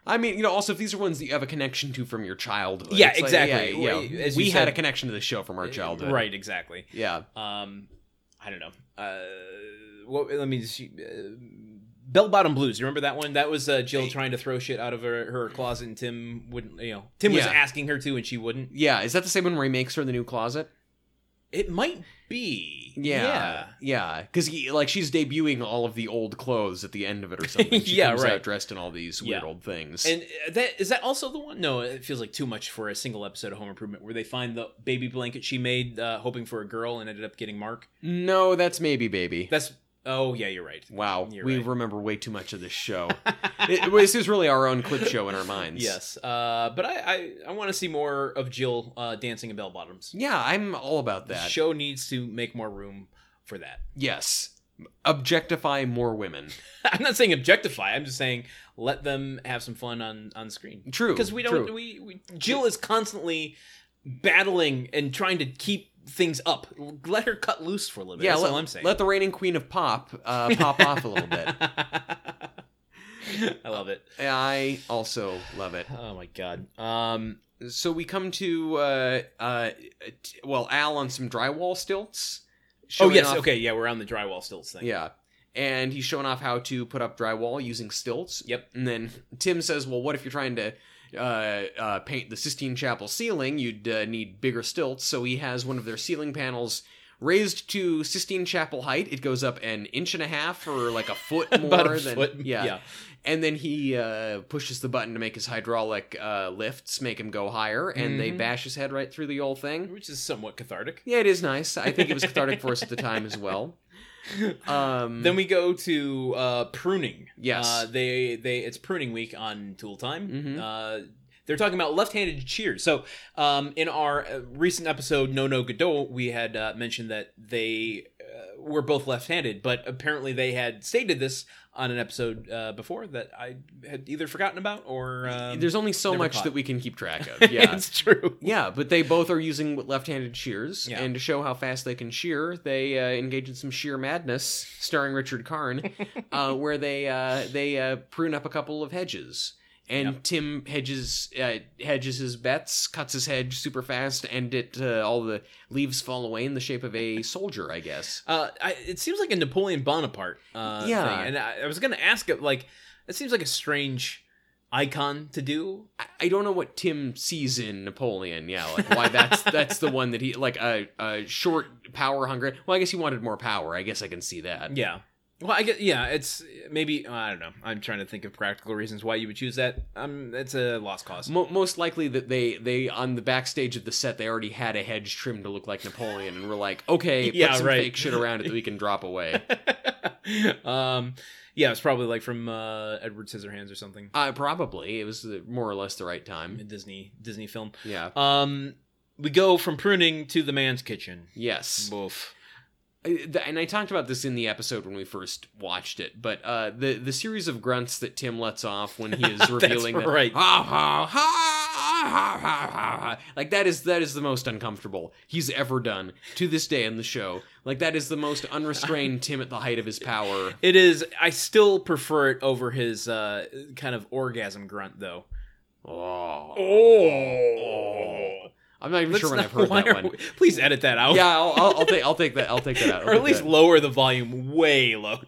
Speaker 2: I mean, you know, also if these are ones that you have a connection to from your childhood.
Speaker 1: Yeah,
Speaker 2: it's like,
Speaker 1: exactly.
Speaker 2: yeah,
Speaker 1: Well,
Speaker 2: yeah.
Speaker 1: as you
Speaker 2: we had
Speaker 1: said-
Speaker 2: a connection to this show from our childhood.
Speaker 1: Uh, right? Exactly.
Speaker 2: Yeah.
Speaker 1: Um, I don't know. Uh, what? Let me just. Uh, Bell Bottom Blues. You remember that one? That was uh, Jill trying to throw shit out of her, her closet, and Tim wouldn't. You know, Tim was
Speaker 2: Yeah.
Speaker 1: asking her to, and she wouldn't.
Speaker 2: Yeah. Is that the same one where he makes her in the new closet?
Speaker 1: It might be.
Speaker 2: Yeah. Yeah. Because like she's debuting all of the old clothes at the end of it or something.
Speaker 1: <laughs>
Speaker 2: She
Speaker 1: Yeah,
Speaker 2: comes
Speaker 1: right.
Speaker 2: out dressed in all these weird
Speaker 1: Yeah.
Speaker 2: old things.
Speaker 1: And uh, that is that also the one? No, it feels like too much for a single episode of Home Improvement, where they find the baby blanket she made, uh, hoping for a girl, and ended up getting Mark.
Speaker 2: no, that's maybe baby.
Speaker 1: That's oh yeah, you're right. <laughs>
Speaker 2: wow.
Speaker 1: You're
Speaker 2: We
Speaker 1: right.
Speaker 2: remember way too much of this show. it, this is really our own clip show in
Speaker 1: <laughs>
Speaker 2: our minds.
Speaker 1: Yes, uh, but I I, I want to see more of Jill uh, dancing in bell bottoms.
Speaker 2: Yeah, I'm all about
Speaker 1: The
Speaker 2: that.
Speaker 1: show needs to make more room for that. <laughs>
Speaker 2: yes. Objectify more women.
Speaker 1: I'm not saying objectify. I'm just saying let them have some fun on on screen.
Speaker 2: True.
Speaker 1: because we
Speaker 2: true.
Speaker 1: don't we, we jill is constantly battling and trying to keep things up let her cut loose for a little bit
Speaker 2: yeah,
Speaker 1: that's
Speaker 2: let,
Speaker 1: all i'm saying
Speaker 2: let the reigning queen of pop
Speaker 1: <laughs>
Speaker 2: uh, pop off a little bit.
Speaker 1: i love it
Speaker 2: I also love it.
Speaker 1: oh my god um
Speaker 2: So we come to uh, uh, t- well, Al on some drywall stilts.
Speaker 1: oh
Speaker 2: showing
Speaker 1: yes
Speaker 2: off-
Speaker 1: okay yeah we're on the drywall stilts thing
Speaker 2: Yeah, and he's showing off how to put up drywall using stilts.
Speaker 1: Yep.
Speaker 2: And then Tim says, "Well, what if you're trying to uh, uh, paint the Sistine Chapel ceiling? You'd uh, need bigger stilts." So he has one of their ceiling panels raised to Sistine Chapel height. It goes up an inch and a half, or like a
Speaker 1: <laughs>
Speaker 2: foot more
Speaker 1: about a
Speaker 2: than
Speaker 1: foot
Speaker 2: yeah. And then he uh, pushes the button to make his hydraulic uh, lifts make him go higher, and they
Speaker 1: Mhm.
Speaker 2: bash his head right through the old thing.
Speaker 1: which is somewhat cathartic
Speaker 2: Yeah, it is nice. I think it was cathartic for us at the time as
Speaker 1: <laughs>
Speaker 2: well. Um,
Speaker 1: then we go to uh pruning
Speaker 2: Yes.
Speaker 1: uh they they it's pruning week on tool time
Speaker 2: Mhm.
Speaker 1: uh they're talking about left-handed cheers. So, um, in our uh, recent episode, No No Godot, we had uh, mentioned that they uh, were both left-handed, but apparently they had stated this on an episode uh, before that I had either forgotten about or um, <laughs>
Speaker 2: there's only so
Speaker 1: never
Speaker 2: much
Speaker 1: caught.
Speaker 2: that we can keep track
Speaker 1: <laughs>
Speaker 2: of. Yeah.
Speaker 1: it's true.
Speaker 2: yeah, but they both are using left-handed shears,
Speaker 1: Yeah.
Speaker 2: and to show how fast they can shear, they uh, engage in some shear
Speaker 1: <laughs>
Speaker 2: madness, starring Richard Karn, uh, where they uh, they uh, prune up a couple of hedges. and Tim hedges uh, hedges his bets, cuts his hedge super fast, and it uh, all the leaves fall away in the shape of a soldier, I guess.
Speaker 1: Uh, I, it seems like a Napoleon Bonaparte. Uh,
Speaker 2: Yeah.
Speaker 1: thing. and I, I was gonna ask it. Like, it seems like a strange icon to do.
Speaker 2: I- I don't know what Tim sees in Napoleon. Yeah, like why
Speaker 1: <laughs>
Speaker 2: that's that's the one that he like a a short power hungry. Well, I guess he wanted more power. I guess I can see that.
Speaker 1: Yeah. Well, I guess yeah. It's maybe I don't know. I'm trying to think of practical reasons why you would choose that. Um, it's a lost cause.
Speaker 2: Mo- most likely that they they on the backstage of the set they already had a hedge trimmed to look like Napoleon, and we're like, okay, put
Speaker 1: <laughs> Yeah,
Speaker 2: some
Speaker 1: right.
Speaker 2: fake shit around it that we can drop
Speaker 1: <laughs>
Speaker 2: away.
Speaker 1: <laughs> um, yeah, it's probably like from uh, Edward Scissorhands or something.
Speaker 2: Uh, probably it was the, more or less the right
Speaker 1: A
Speaker 2: time.
Speaker 1: Disney Disney film.
Speaker 2: Yeah.
Speaker 1: Um, we go from pruning to the man's kitchen.
Speaker 2: Yes.
Speaker 1: Woof.
Speaker 2: I- th- and I talked about this in the episode when we first watched it, but uh, the the series of grunts that Tim lets off when
Speaker 1: <laughs>
Speaker 2: he is revealing that,
Speaker 1: right.
Speaker 2: "Ha, ha, ha, ha, ha, ha, ha," like that is that is the most uncomfortable he's ever done to this day in the show. Like that is the most unrestrained Tim at the height of his power.
Speaker 1: It is. I still prefer it over his uh, kind of orgasm grunt, though.
Speaker 2: Oh,
Speaker 1: Oh.
Speaker 2: I'm not even
Speaker 1: Let's
Speaker 2: sure when
Speaker 1: not-
Speaker 2: I've heard
Speaker 1: why
Speaker 2: that
Speaker 1: are <laughs>
Speaker 2: one.
Speaker 1: we- please edit that out.
Speaker 2: Yeah, I'll, I'll, I'll take I'll take that I'll take that out. I'll
Speaker 1: or at
Speaker 2: take
Speaker 1: least
Speaker 2: that.
Speaker 1: lower the volume way low.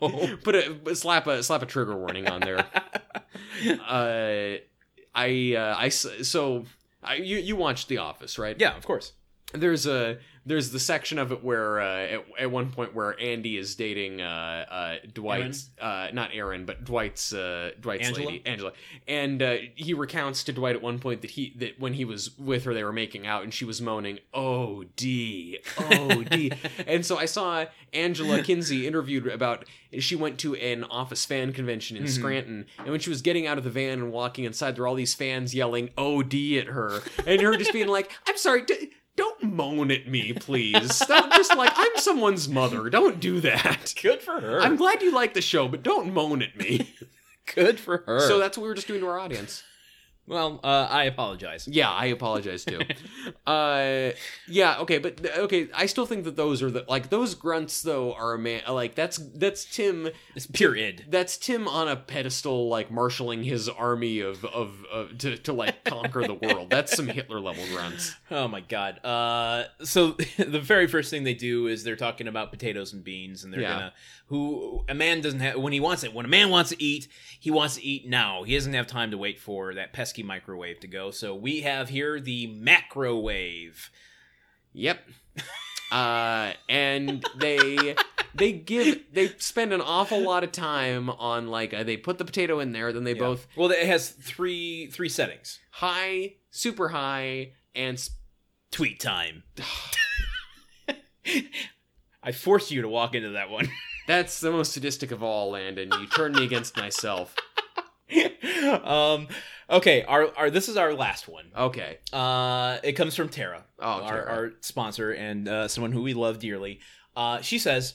Speaker 2: put a slap a slap a trigger warning
Speaker 1: <laughs>
Speaker 2: on there. uh, I uh, I s- so I, you you watched The Office, right?
Speaker 1: yeah, of course.
Speaker 2: There's a there's the section of it where uh, at, at one point where Andy is dating uh, uh, Dwight's uh, not Aaron but Dwight's uh, Dwight's
Speaker 1: Angela?
Speaker 2: lady Angela, and uh, he recounts to Dwight at one point that he that when he was with her they were making out and she was moaning oh d oh d, and so I saw Angela Kinsey interviewed about she went to an office fan convention in
Speaker 1: Mhm.
Speaker 2: Scranton, and when she was getting out of the van and walking inside, there were all these fans yelling "OD" at her, and her just being like, "I'm sorry, d- don't moan at me, please. Don't just like I'm someone's mother. Don't do that."
Speaker 1: Good for her.
Speaker 2: I'm glad you like the show, but don't moan at me.
Speaker 1: good for her.
Speaker 2: So that's what we were just doing to our audience.
Speaker 1: well, uh, I apologize.
Speaker 2: Yeah, I apologize too. uh, yeah, okay, but th- okay, I still think that those are the like those grunts though are a man like that's that's Tim
Speaker 1: It's pure id.
Speaker 2: that's Tim on a pedestal like marshaling his army of of, of to to like conquer the world. That's some Hitler level grunts.
Speaker 1: Oh my god. Uh, so <laughs> the very first thing they do is they're talking about potatoes and beans, and they're
Speaker 2: Yeah.
Speaker 1: gonna who a man doesn't have when he wants it. When a man wants to eat, he wants to eat now. He doesn't have time to wait for that pesky microwave to go. So we have here the macrowave.
Speaker 2: Yep. Uh, and they they give they spend an awful lot of time on like uh, they put the potato in there, then they
Speaker 1: Yeah.
Speaker 2: both
Speaker 1: Well, it has three three settings.
Speaker 2: high, super high, and sp-
Speaker 1: Tweet
Speaker 2: <sighs>
Speaker 1: time. <laughs> I forced you to walk into that one.
Speaker 2: that's the most sadistic of all. Landon, you turned me against myself.
Speaker 1: <laughs> um, okay, our, our this is our last one.
Speaker 2: Okay.
Speaker 1: Uh, it comes from Tara,
Speaker 2: Oh,
Speaker 1: our,
Speaker 2: Tara.
Speaker 1: our sponsor and uh, someone who we love dearly. Uh, she says,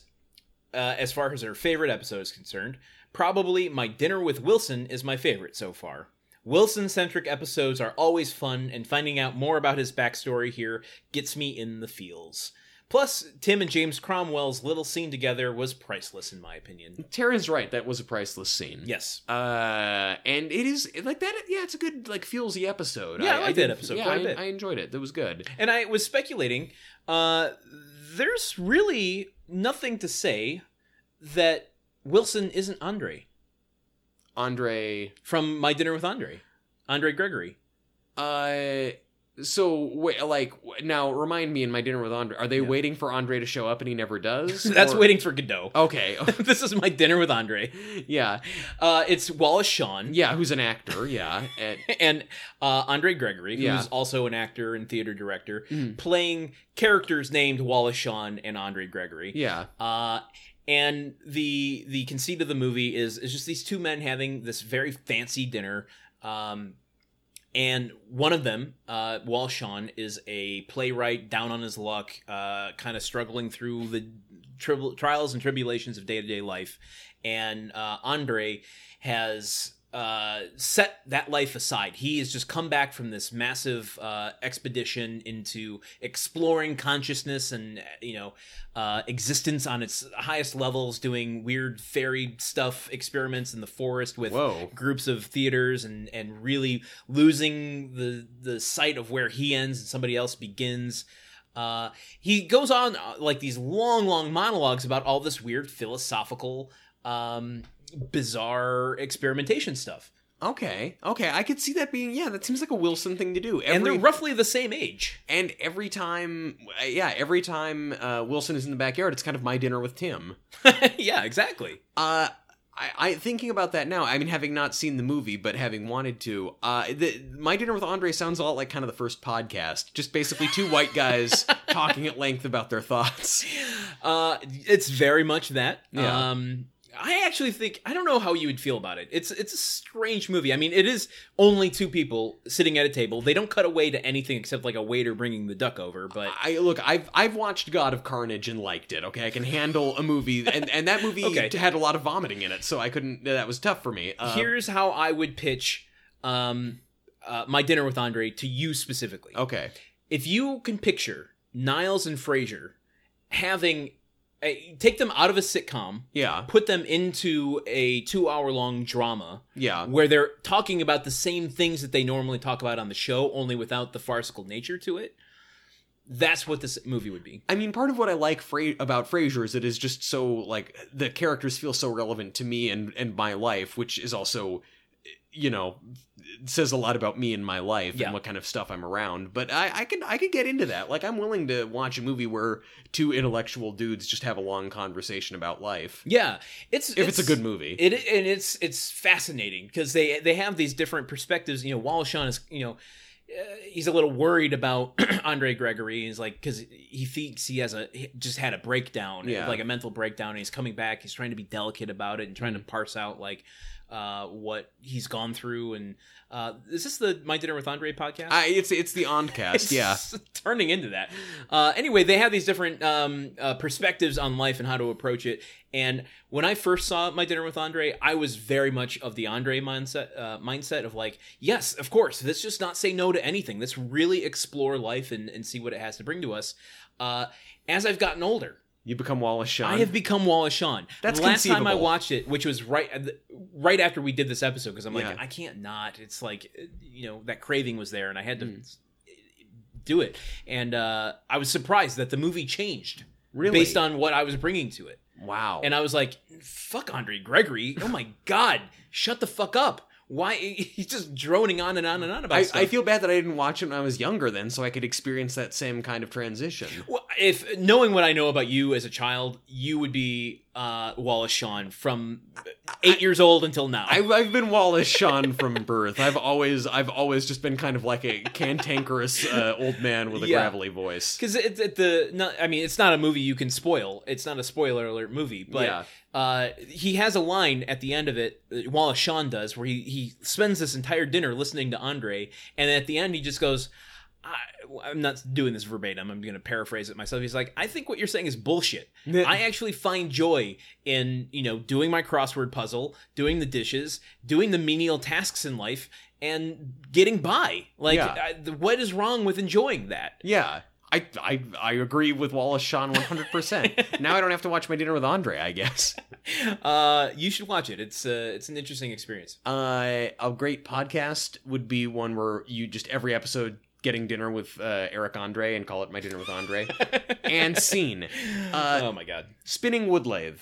Speaker 1: uh, as far as her favorite episode is concerned, probably my dinner with Wilson is my favorite so far. Wilson centric episodes are always fun, and finding out more about his backstory here gets me in the feels. Plus, Tim and James Cromwell's little scene together was priceless, in my
Speaker 2: <laughs>
Speaker 1: opinion.
Speaker 2: Tara's right. That was a priceless scene.
Speaker 1: Yes.
Speaker 2: Uh, and it is like that. Yeah, it's a good like feelsy episode.
Speaker 1: Yeah, I liked that
Speaker 2: did-
Speaker 1: episode
Speaker 2: Yeah,
Speaker 1: quite a
Speaker 2: I-
Speaker 1: bit.
Speaker 2: I enjoyed it. That was good.
Speaker 1: And I was speculating, uh, there's really nothing to say that Wilson isn't Andre
Speaker 2: Andre.
Speaker 1: from My Dinner with Andre, Andre Gregory.
Speaker 2: Uh, so wait, like w- now, remind me in my dinner with Andre. Are they
Speaker 1: Yeah.
Speaker 2: waiting for Andre to show up and he never
Speaker 1: <laughs>
Speaker 2: does?
Speaker 1: That's
Speaker 2: Or-
Speaker 1: waiting for Godot. <laughs>
Speaker 2: Okay. <laughs>
Speaker 1: this is My Dinner with Andre.
Speaker 2: yeah.
Speaker 1: Uh, it's Wallace Shawn
Speaker 2: Yeah. Who's an actor? Yeah. And,
Speaker 1: and uh, Andre Gregory, who's
Speaker 2: Yeah.
Speaker 1: also an actor and theater director,
Speaker 2: Mm.
Speaker 1: playing characters named Wallace Shawn and Andre Gregory. <laughs>
Speaker 2: yeah.
Speaker 1: Uh, and the the conceit of the movie is is just these two men having this very fancy dinner. Um, and one of them, uh, Walshon, is a playwright down on his luck, uh, kind of struggling through the tribul trials and tribulations of day to day life. And uh, Andre has uh, set that life aside. He has just come back from this massive uh, expedition into exploring consciousness and you know uh, existence on its highest levels, doing weird fairy stuff experiments in the forest with
Speaker 2: Whoa.
Speaker 1: groups of theaters and and really losing the the sight of where he ends and somebody else begins. Uh, he goes on uh, like these long, long monologues about all this weird philosophical, um, bizarre experimentation stuff,
Speaker 2: Okay, okay, I could see that being yeah. That seems like a Wilson thing to do. Every,
Speaker 1: and they're roughly the same age. <laughs>
Speaker 2: and every time, uh, yeah, every time uh, Wilson is in the backyard, it's kind of my dinner with Tim.
Speaker 1: yeah, exactly.
Speaker 2: Uh, I, I thinking about that now. I mean, having not seen the movie, but having wanted to. Uh, the, my dinner with Andre sounds a lot like kind of the first podcast, just basically two white guys talking at length about their thoughts.
Speaker 1: Uh, it's very much that.
Speaker 2: Yeah.
Speaker 1: Um, I actually think I don't know how you would feel about it. It's it's a strange movie. I mean, it is only two people sitting at a table. They don't cut away to anything except like a waiter bringing the duck over. But
Speaker 2: I look, I've I've watched God of Carnage and liked it. Okay, I can handle a movie, and and that movie
Speaker 1: Okay.
Speaker 2: had a lot of vomiting in it, so I couldn't. That was tough for me. Uh,
Speaker 1: here's how I would pitch um, uh, my dinner with Andre to you specifically.
Speaker 2: okay,
Speaker 1: If you can picture Niles and Frasier having a, take them out of a sitcom,
Speaker 2: yeah,
Speaker 1: put them into a two-hour-long drama
Speaker 2: yeah,
Speaker 1: where they're talking about the same things that they normally talk about on the show, only without the farcical nature to it. That's what this movie would be.
Speaker 2: I mean, part of what I like Fra- about Frasier is it is just so like the characters feel so relevant to me and and my life, which is also, you know, says a lot about me and my life
Speaker 1: Yeah.
Speaker 2: and what kind of stuff I'm around. But I I can I could get into that. Like I'm willing to watch a movie where two intellectual dudes just have a long conversation about life
Speaker 1: Yeah, it's
Speaker 2: if it's, a good movie.
Speaker 1: It and it's it's fascinating because they they have these different perspectives. You know, Wallaceon is you know uh, he's a little worried about <clears throat> Andre Gregory. He's like because he thinks he has a he just had a breakdown,
Speaker 2: Yeah.
Speaker 1: like a mental breakdown. And he's coming back. He's trying to be delicate about it and trying to parse out like uh, what he's gone through. And uh, is this the My Dinner with Andre podcast?
Speaker 2: I, it's it's the Ondcast,
Speaker 1: It's
Speaker 2: yeah.
Speaker 1: <laughs> turning into that. Uh, anyway, they have these different um, uh, perspectives on life and how to approach it. And when I first saw my dinner with Andre, I was very much of the Andre mindset uh, mindset of like, yes, of course, let's just not say no to anything. Let's really explore life and, and see what it has to bring to us. Uh, as I've gotten older,
Speaker 2: You become Wallace Shawn.
Speaker 1: I have become Wallace Shawn.
Speaker 2: That's
Speaker 1: The last time I
Speaker 2: conceivable.
Speaker 1: watched it, which was right uh, right after we did this episode, because I'm like,
Speaker 2: Yeah.
Speaker 1: I can't not. It's like uh, you know that craving was there, and I had to
Speaker 2: Hmm.
Speaker 1: do it. And uh, I was surprised that the movie changed
Speaker 2: really
Speaker 1: based on what I was bringing to it.
Speaker 2: wow.
Speaker 1: And I was like, fuck Andre Gregory. Oh my god, shut the fuck up. Why <laughs> he's just droning on and on and on about
Speaker 2: I,
Speaker 1: stuff.
Speaker 2: I feel bad that I didn't watch it when I was younger then, so I could experience that same kind of transition.
Speaker 1: Well, if knowing what I know about you as a child, you would be uh, Wallace Shawn from eight years old until now.
Speaker 2: I, I've been Wallace Shawn from birth. I've always, I've always just been kind of like a cantankerous uh, old man with a
Speaker 1: Yeah.
Speaker 2: gravelly voice.
Speaker 1: because it's at the no, I mean it's not a movie you can spoil. It's not a spoiler alert movie, but
Speaker 2: Yeah.
Speaker 1: uh, he has a line at the end of it. uh, Wallace Shawn does where he he spends this entire dinner listening to Andre, and at the end he just goes. I, I'm not doing this verbatim. I'm going to paraphrase it myself. He's like, I think what you're saying is bullshit. <laughs> I actually find joy in, you know, doing my crossword puzzle, doing the dishes, doing the menial tasks in life, and getting by. Like,
Speaker 2: Yeah.
Speaker 1: I, th- what is wrong with enjoying that?
Speaker 2: yeah, I, I, I agree with Wallace Shawn one hundred percent. Now I don't have to watch my dinner with Andre. I guess
Speaker 1: Uh, you should watch it. It's uh, it's an interesting experience.
Speaker 2: uh, a great podcast would be one where you just every episode getting dinner with uh, Eric Andre and call it my dinner with Andre and scene Uh,
Speaker 1: oh my god.
Speaker 2: spinning wood lathe.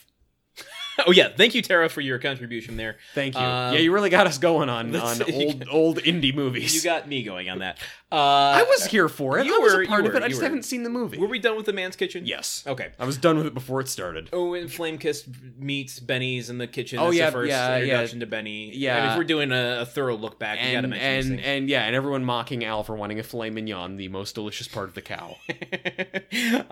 Speaker 1: Oh yeah. Thank you, Tara, for your contribution there.
Speaker 2: Thank you.
Speaker 1: Um,
Speaker 2: yeah, you really got us going on
Speaker 1: let's
Speaker 2: on
Speaker 1: see, you
Speaker 2: old old indie movies.
Speaker 1: You got me going on that. Uh,
Speaker 2: I was here for it.
Speaker 1: You
Speaker 2: I was
Speaker 1: were-
Speaker 2: a part
Speaker 1: you
Speaker 2: of
Speaker 1: were-
Speaker 2: it. I
Speaker 1: you
Speaker 2: just
Speaker 1: were.
Speaker 2: haven't seen the movie.
Speaker 1: Were Oh. we done with the man's kitchen?
Speaker 2: yes.
Speaker 1: Okay.
Speaker 2: I was done with it before it started.
Speaker 1: Oh, and Flame Kiss meets Benny's in the kitchen.
Speaker 2: Oh,
Speaker 1: That's
Speaker 2: yeah,
Speaker 1: the first
Speaker 2: yeah, yeah.
Speaker 1: introduction to Benny.
Speaker 2: Yeah.
Speaker 1: I mean, if we're doing a, a thorough look back, you gotta
Speaker 2: And
Speaker 1: mention these
Speaker 2: and,
Speaker 1: things.
Speaker 2: and yeah, and everyone mocking Al for wanting a filet mignon, the most delicious part of the cow.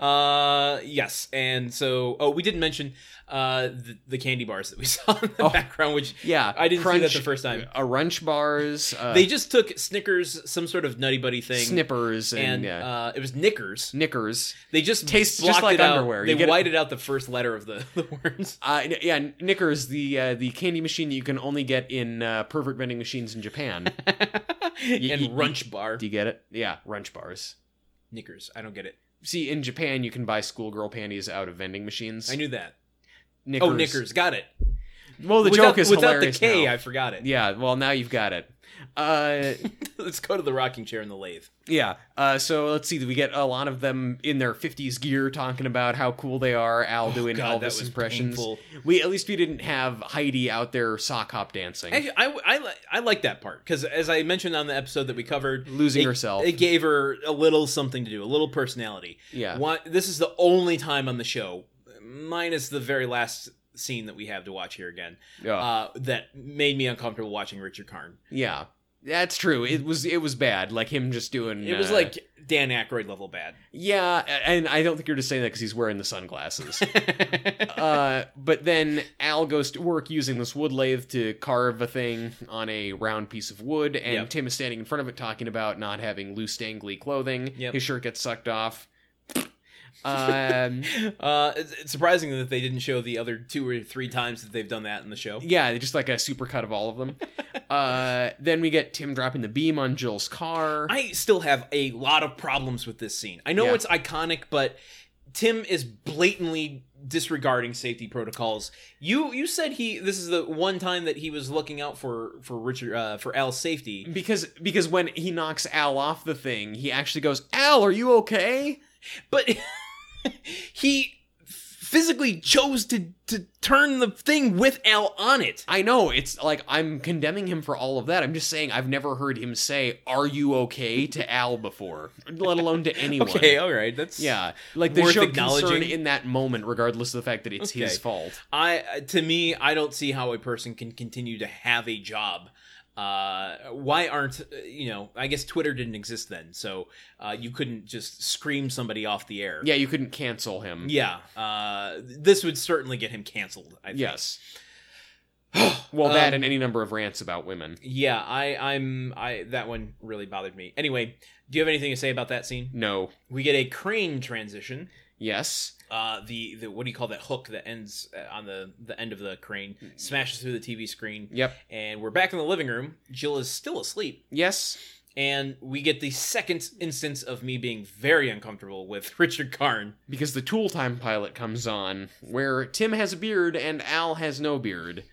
Speaker 1: <laughs> uh yes and so oh we didn't mention uh the, the the candy bars that we <laughs> saw in the
Speaker 2: Oh.
Speaker 1: background, which
Speaker 2: Yeah,
Speaker 1: I didn't see that
Speaker 2: Crunch-
Speaker 1: the first time.
Speaker 2: Uh, Runch bars, uh,
Speaker 1: They just took Snickers, some sort of Nutty Buddy thing,
Speaker 2: snippers, and,
Speaker 1: and
Speaker 2: yeah,
Speaker 1: uh, it was Knickers.
Speaker 2: knickers.
Speaker 1: They just
Speaker 2: Tastes just
Speaker 1: blocked
Speaker 2: like
Speaker 1: it out.
Speaker 2: underwear. You
Speaker 1: They
Speaker 2: get it-
Speaker 1: whited out the first letter of the, <laughs> the words.
Speaker 2: Uh, n- yeah, knickers, the uh, the candy machine you can only get in uh, pervert vending machines
Speaker 1: <laughs>
Speaker 2: in Japan.
Speaker 1: and
Speaker 2: you-
Speaker 1: Runch Bar.
Speaker 2: Do you get it? Yeah, Runch bars.
Speaker 1: Knickers. I don't get it.
Speaker 2: See, in Japan, you can buy schoolgirl panties out of vending machines.
Speaker 1: I knew that.
Speaker 2: knickers.
Speaker 1: Oh, Knickers. Got it.
Speaker 2: Well, the
Speaker 1: without,
Speaker 2: joke is
Speaker 1: without
Speaker 2: hilarious
Speaker 1: the K,
Speaker 2: now.
Speaker 1: I forgot it.
Speaker 2: Yeah, well, now you've got it. Uh,
Speaker 1: <laughs> Let's go to the rocking chair and the lathe.
Speaker 2: yeah. Uh, so let's see. We get a lot of them in their '50s gear talking about how cool they are. Al doing
Speaker 1: Oh, God, that
Speaker 2: Elvis
Speaker 1: was
Speaker 2: impressions.
Speaker 1: painful.
Speaker 2: We at least we didn't have Heidi out there sock hop dancing.
Speaker 1: Actually, I, I, li- I like that part because, as I mentioned on the episode that we covered,
Speaker 2: Losing
Speaker 1: it,
Speaker 2: herself.
Speaker 1: it gave her a little something to do, a little personality.
Speaker 2: Yeah.
Speaker 1: One, this is the only time on the show, minus the very last scene that we have to watch here again,
Speaker 2: Yeah.
Speaker 1: uh, that made me uncomfortable watching Richard Karn.
Speaker 2: yeah. That's true. It was it was bad. Like him just doing.
Speaker 1: It was
Speaker 2: uh,
Speaker 1: like Dan Aykroyd level bad. <laughs>
Speaker 2: yeah, and I don't think you're just saying that because he's wearing the sunglasses. uh, but then Al goes to work using this wood lathe to carve a thing on a round piece of wood, and
Speaker 1: Yep.
Speaker 2: Tim is standing in front of it talking about not having loose, dangly clothing.
Speaker 1: Yep.
Speaker 2: His shirt gets sucked off.
Speaker 1: <laughs>
Speaker 2: um,
Speaker 1: Uh, it's, it's surprising that they didn't show the other two or three times that they've done that in the show.
Speaker 2: yeah, just like a supercut of all of them. Uh, then we get Tim dropping the beam on Jill's car.
Speaker 1: I still have a lot of problems with this scene. I know
Speaker 2: Yeah.
Speaker 1: it's iconic, but Tim is blatantly disregarding safety protocols. You you said he this is the one time that he was looking out for for Richard uh, for Al's safety.
Speaker 2: because because when he knocks Al off the thing, he actually goes, "Al, are you okay?"
Speaker 1: But <laughs> he physically chose to to turn the thing with Al on it.
Speaker 2: I know it's like I'm condemning him for all of that. I'm just saying I've never heard him say "Are you okay?" to Al before, let alone to
Speaker 1: <laughs>
Speaker 2: anyone.
Speaker 1: Okay, all right. That's
Speaker 2: Yeah, like they
Speaker 1: Worth
Speaker 2: showed concern
Speaker 1: acknowledging.
Speaker 2: in that moment, regardless of the fact that it's his
Speaker 1: Okay.
Speaker 2: fault.
Speaker 1: I uh, to me, I don't see how a person can continue to have a job. Uh, why aren't uh, you know? I guess Twitter didn't exist then, so uh, you couldn't just scream somebody off the air.
Speaker 2: Yeah, you couldn't cancel him.
Speaker 1: yeah. Uh, this would certainly get him canceled. I think.
Speaker 2: Yes. <sighs> well, that
Speaker 1: Um,
Speaker 2: and any number of rants about women.
Speaker 1: Yeah, I, I'm. I that one really bothered me. Anyway, do you have anything to say about that scene?
Speaker 2: No.
Speaker 1: We get a crane transition.
Speaker 2: Yes.
Speaker 1: Uh, the the what do you call that hook that ends uh, on the the end of the crane smashes through the TV screen.
Speaker 2: Yep.
Speaker 1: And we're back in the living room. Jill is still asleep.
Speaker 2: Yes.
Speaker 1: and we get the second instance of me being very uncomfortable with <laughs> Richard Karn.
Speaker 2: Because the Tool Time pilot comes on, where Tim has a beard and Al has no beard.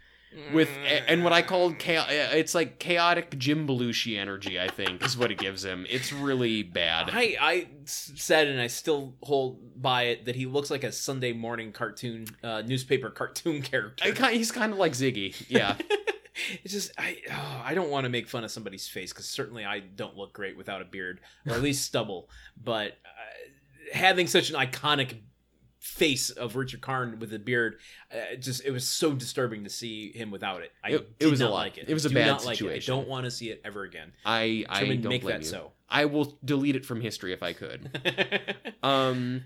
Speaker 2: with and
Speaker 1: Mm.
Speaker 2: what I called cha- uh, it's like chaotic Jim Belushi energy. I think is what it gives him. It's really bad.
Speaker 1: I I s- said and I still hold by it that he looks like a Sunday morning cartoon uh, newspaper cartoon <laughs> character.
Speaker 2: I ki- he's kind of like Ziggy. <laughs> Yeah,
Speaker 1: it's just I oh, I don't want to make fun of somebody's face because certainly I don't look great without a beard or at least stubble. But uh, having such an iconic face of Richard Karn with a beard, uh, it just it was so disturbing to see him without it. I
Speaker 2: It- it
Speaker 1: did
Speaker 2: was a
Speaker 1: not
Speaker 2: lot.
Speaker 1: like it.
Speaker 2: It was a
Speaker 1: Do
Speaker 2: bad
Speaker 1: not like it.
Speaker 2: situation.
Speaker 1: I don't want to see it ever again.
Speaker 2: I I
Speaker 1: Truman,
Speaker 2: don't
Speaker 1: make
Speaker 2: blame
Speaker 1: that
Speaker 2: you.
Speaker 1: so.
Speaker 2: I will delete it from history if I <laughs> could.
Speaker 1: <laughs>
Speaker 2: Um,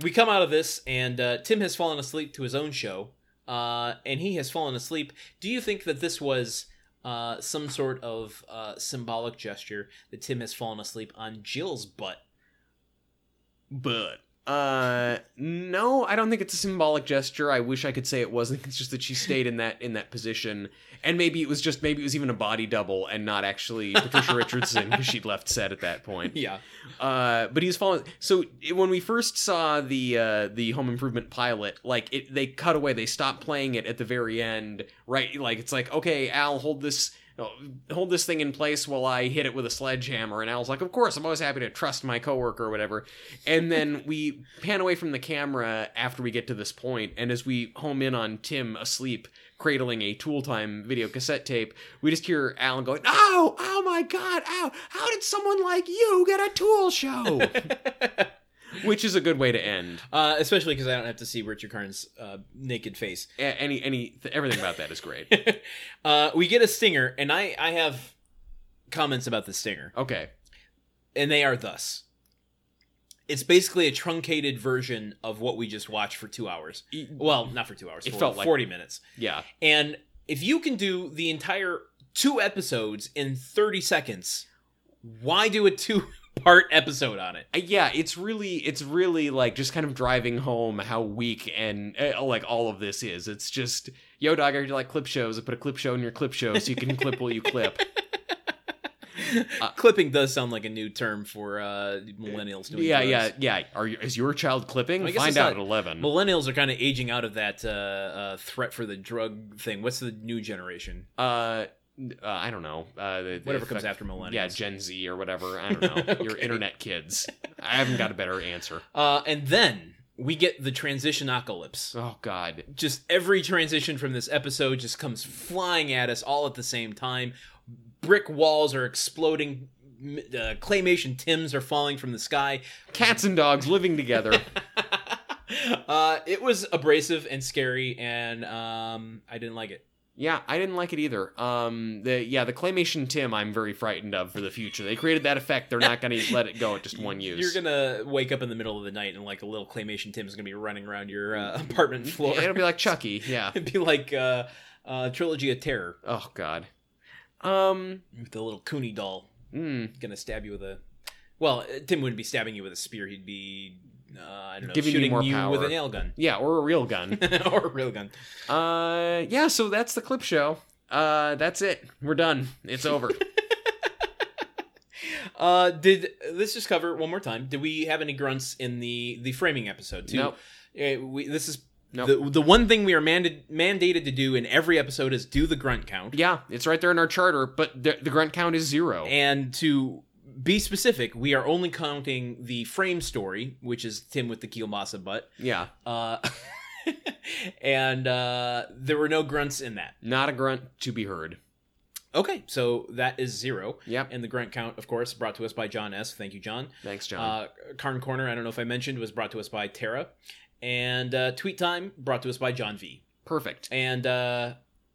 Speaker 1: we come out of this, and uh, Tim has fallen asleep to his own show, uh, and he has fallen asleep. Do you think that this was uh, some sort of uh, symbolic gesture that Tim has fallen asleep on Jill's butt?
Speaker 2: but uh, no, I don't think it's a symbolic gesture. I wish I could say it wasn't. <laughs> It's just that she stayed in that in that position, and maybe it was just maybe it was even a body double and not actually Patricia Richardson because she'd left set at that point.
Speaker 1: Yeah,
Speaker 2: Uh, but he's following. So it- when we first saw the uh, the Home Improvement pilot, like it, they cut away. They stopped playing it at the very end, right? Like it's like, okay, Al, hold this, no, hold this thing in place while I hit it with a sledgehammer. And Al's like, of course, I'm always happy to trust my coworker or whatever. And then we pan away from the camera after we get to this point, and as we home in on Tim asleep. Cradling a Tool Time video cassette tape, we just hear Alan going, "Ow! Oh my God! Ow! How did someone like you get a
Speaker 1: <laughs>
Speaker 2: Tool show?" which is a good way to end.
Speaker 1: <laughs> uh, especially because I don't have to see Richard Karn's uh, naked face. <laughs>
Speaker 2: A- Any any th- everything about that is great.
Speaker 1: uh, we get a stinger, and I I have comments about the stinger,
Speaker 2: Okay.
Speaker 1: and they are thus: It's basically a truncated version of what we just watched for two hours. Well, not for two hours.
Speaker 2: It
Speaker 1: for
Speaker 2: felt like-
Speaker 1: forty minutes.
Speaker 2: E, Yeah.
Speaker 1: And if you can do the entire two episodes in 30 seconds, why do a two <laughs> part episode on it?
Speaker 2: Uh, Yeah, it's really it's really like just kind of driving home how weak and uh, like all of this is. It's just yo dog, I heard you like clip shows. I put a clip show in your clip show so you can clip while you
Speaker 1: <laughs>
Speaker 2: clip. Uh,
Speaker 1: Clipping does sound like a new term for uh, millennials doing
Speaker 2: yeah,
Speaker 1: drugs.
Speaker 2: yeah, yeah. Are you, is your child clipping?
Speaker 1: I guess
Speaker 2: Find
Speaker 1: it's
Speaker 2: out
Speaker 1: not-
Speaker 2: at eleven.
Speaker 1: Millennials are kind of aging out of that uh, uh, threat for the drug thing. What's the new generation?
Speaker 2: uh, n- uh, I don't know. Uh, the- the
Speaker 1: Whatever comes
Speaker 2: effect-
Speaker 1: after millennials.
Speaker 2: Yeah, Gen Z or whatever. I
Speaker 1: <laughs>
Speaker 2: don't know. Your
Speaker 1: Okay.
Speaker 2: internet kids. I haven't got a better answer.
Speaker 1: Uh, and then we get the transition apocalypse.
Speaker 2: Oh God.
Speaker 1: just every transition from this episode just comes flying at us all at the same time. Brick walls are exploding. m- Uh, claymation Tims are falling from the
Speaker 2: <laughs>
Speaker 1: sky.
Speaker 2: Cats and dogs living together.
Speaker 1: uh, it was abrasive and scary, and um, I didn't like it.
Speaker 2: Yeah, I didn't like it either. Um, the yeah, the claymation Tim, I'm very frightened of for the future. They created that effect. They're not going to let it go
Speaker 1: <laughs>
Speaker 2: at just one use.
Speaker 1: You're gonna wake up in the middle of the night and like a little claymation Tim is gonna be running around your uh,
Speaker 2: <laughs>
Speaker 1: apartment floor. <laughs>
Speaker 2: It'll be like Chucky. Yeah.
Speaker 1: It'd be like uh, uh, trilogy of terror
Speaker 2: Oh God. Um.
Speaker 1: with the little Cooney doll
Speaker 2: mm,
Speaker 1: gonna stab you with a. Well, uh, Tim wouldn't be stabbing you with a spear. He'd be uh, I don't know,
Speaker 2: Giving you
Speaker 1: shooting
Speaker 2: more
Speaker 1: you
Speaker 2: power.
Speaker 1: with a nail gun <laughs>
Speaker 2: yeah, or a real gun.
Speaker 1: or a real gun.
Speaker 2: uh. Yeah. So that's the clip show. Uh. That's it. We're done. It's over.
Speaker 1: Uh, did let's just cover one more time? Did we have any grunts in the the framing episode too?
Speaker 2: Nope.
Speaker 1: Uh, we, this is.
Speaker 2: Nope.
Speaker 1: The, the one thing we are mandad- mandated to do in every episode is do the grunt count
Speaker 2: yeah, it's right there in our charter. But the, the grunt count is zero.
Speaker 1: and to be specific we are only counting the frame story which is tim with the kielbasa butt
Speaker 2: yeah.
Speaker 1: uh, <laughs> and uh, there were no grunts in that
Speaker 2: Not a grunt to be heard.
Speaker 1: Okay, so that is zero.
Speaker 2: Yep.
Speaker 1: And the grunt count, of course, brought to us by John S. Thank you, John.
Speaker 2: Thanks, John.
Speaker 1: Uh, Carn Corner, I don't know if I mentioned, was brought to us by Tara. And uh, Tweet Time, brought to us by John V.
Speaker 2: Perfect.
Speaker 1: And uh,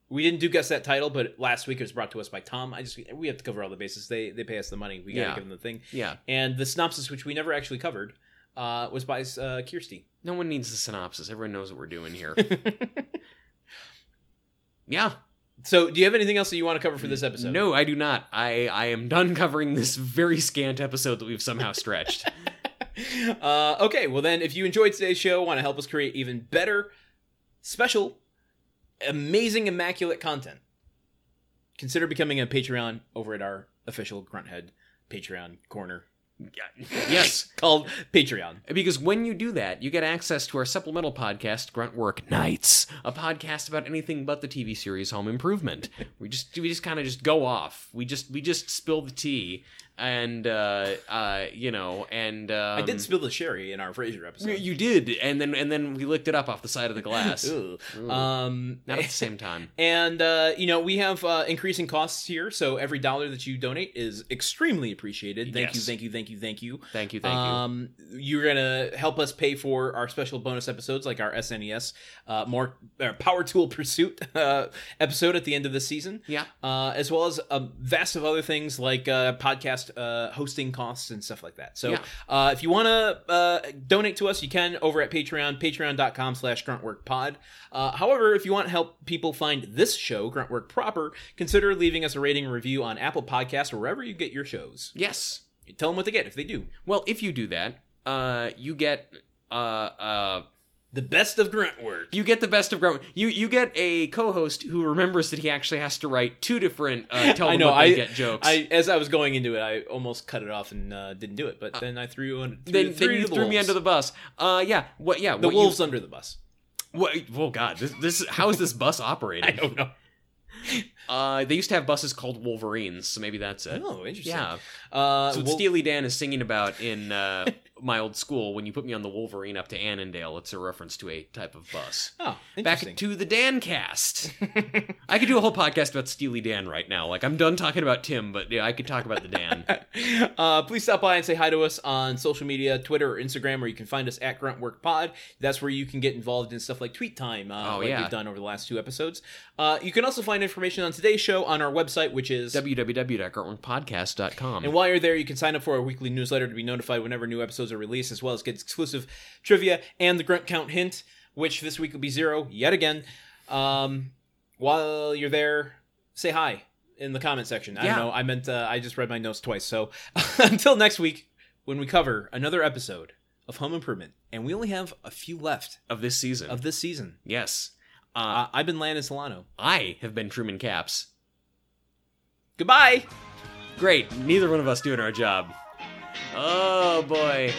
Speaker 1: we didn't do guess that title, but last week it was brought to us by Tom. I just we have to cover all the bases. They they pay us the money. We gotta
Speaker 2: Yeah.
Speaker 1: give them the thing.
Speaker 2: Yeah.
Speaker 1: And the synopsis, which we never actually covered, uh, was by uh, Kirsty. <laughs>
Speaker 2: No one needs the synopsis. Everyone knows what we're doing here. yeah.
Speaker 1: So, do you have anything else that you want to cover for this episode?
Speaker 2: No, I do not. I I am done covering this very scant episode that we've somehow
Speaker 1: <laughs>
Speaker 2: stretched.
Speaker 1: uh, okay, well then, if you enjoyed today's show, want to help us create even better, special, amazing, immaculate content, consider becoming a Patreon over at our official Grunthead Patreon corner
Speaker 2: yes,
Speaker 1: called Patreon.
Speaker 2: because when you do that, you get access to our supplemental podcast, Grunt Work Nights, a podcast about anything but the TV series
Speaker 1: <laughs>
Speaker 2: Home Improvement. We just we just kind of just go off. We just we just spill the tea, and uh, uh, you know, and um,
Speaker 1: I did spill the sherry in our Frasier
Speaker 2: you-
Speaker 1: episode.
Speaker 2: You did, and then and then we licked it up off the side of the glass.
Speaker 1: Ooh.
Speaker 2: Ooh.
Speaker 1: Um,
Speaker 2: Not at
Speaker 1: <laughs>
Speaker 2: the same time.
Speaker 1: And uh, you know we have uh, increasing costs here, so every dollar that you donate is extremely appreciated. Thank you,
Speaker 2: Yes.
Speaker 1: thank you, thank you, thank you.
Speaker 2: Thank you, thank you.
Speaker 1: um, you. are gonna help us pay for our special bonus episodes, like our SNES, uh, more uh, Power Tool Pursuit <laughs> uh, episode at the end of the season.
Speaker 2: Yeah.
Speaker 1: Uh, as well as a vast of other things like uh, podcast uh, hosting costs and stuff like that. So
Speaker 2: Yeah.
Speaker 1: uh, if you want to uh, donate to us, you can over at Patreon, patreon.com slash gruntworkpod. Uh, however, if you want to help people find this show, Gruntwork Proper, consider leaving us a rating and review on Apple Podcasts or wherever you get your shows.
Speaker 2: Yes.
Speaker 1: Tell them what they get if they do.
Speaker 2: Well, if you do that, uh, you get uh, uh,
Speaker 1: The best of grunt work.
Speaker 2: you get the best of Grunt. You you get a co-host who remembers that he actually has to write two different uh,
Speaker 1: <laughs>
Speaker 2: tell
Speaker 1: I
Speaker 2: them
Speaker 1: know,
Speaker 2: what they
Speaker 1: I-
Speaker 2: get jokes.
Speaker 1: I, as I was going into it, I almost cut it off and uh, didn't do it. But then I threw you on. Threw,
Speaker 2: then,
Speaker 1: threw
Speaker 2: then
Speaker 1: you
Speaker 2: you
Speaker 1: to the
Speaker 2: threw me
Speaker 1: wolves.
Speaker 2: under the bus. Uh, yeah. What? Yeah.
Speaker 1: The
Speaker 2: what
Speaker 1: wolves under the
Speaker 2: <laughs>
Speaker 1: bus.
Speaker 2: You, what, oh God. This, this. How is this
Speaker 1: <laughs>
Speaker 2: bus
Speaker 1: I
Speaker 2: operated?
Speaker 1: don't know.
Speaker 2: Uh, they used to have buses called Wolverines, so maybe that's it.
Speaker 1: Oh, interesting.
Speaker 2: Yeah.
Speaker 1: Uh,
Speaker 2: So what
Speaker 1: well,
Speaker 2: Steely Dan is singing about in
Speaker 1: <laughs>
Speaker 2: uh, my old school when you put me on the Wolverine up to Annandale. It's a reference to a type of bus.
Speaker 1: oh, interesting.
Speaker 2: back to the
Speaker 1: <laughs>
Speaker 2: Dan cast. I could do a whole podcast about Steely Dan right now. Like I'm done talking about Tim, but yeah, I could talk about
Speaker 1: <laughs>
Speaker 2: the Dan.
Speaker 1: uh, please stop by and say hi to us on social media, Twitter or Instagram, where you can find us at GruntworkPod. That's where you can get involved in stuff like tweet time, uh,
Speaker 2: Oh,
Speaker 1: like
Speaker 2: yeah.
Speaker 1: we've done over the last two episodes. Uh, you can also find information on today's show on our website, which is
Speaker 2: www.gartworkpodcast.com.
Speaker 1: And while you're there, you can sign up for our weekly newsletter to be notified whenever new episodes episodes are released, as well as get exclusive trivia and the grunt count hint, which this week will be zero yet again. Um, while you're there, say hi in the comment section. I
Speaker 2: Yeah.
Speaker 1: don't know. I meant uh, I just read my notes twice. So <laughs> until next week, when we cover another episode of Home Improvement, and we only have a few left
Speaker 2: of this season.
Speaker 1: of this season.
Speaker 2: yes. Uh,
Speaker 1: Uh, I've been Landon Solano.
Speaker 2: I have been Truman Caps.
Speaker 1: Goodbye.
Speaker 2: Great. Neither one of us doing our job. Oh boy.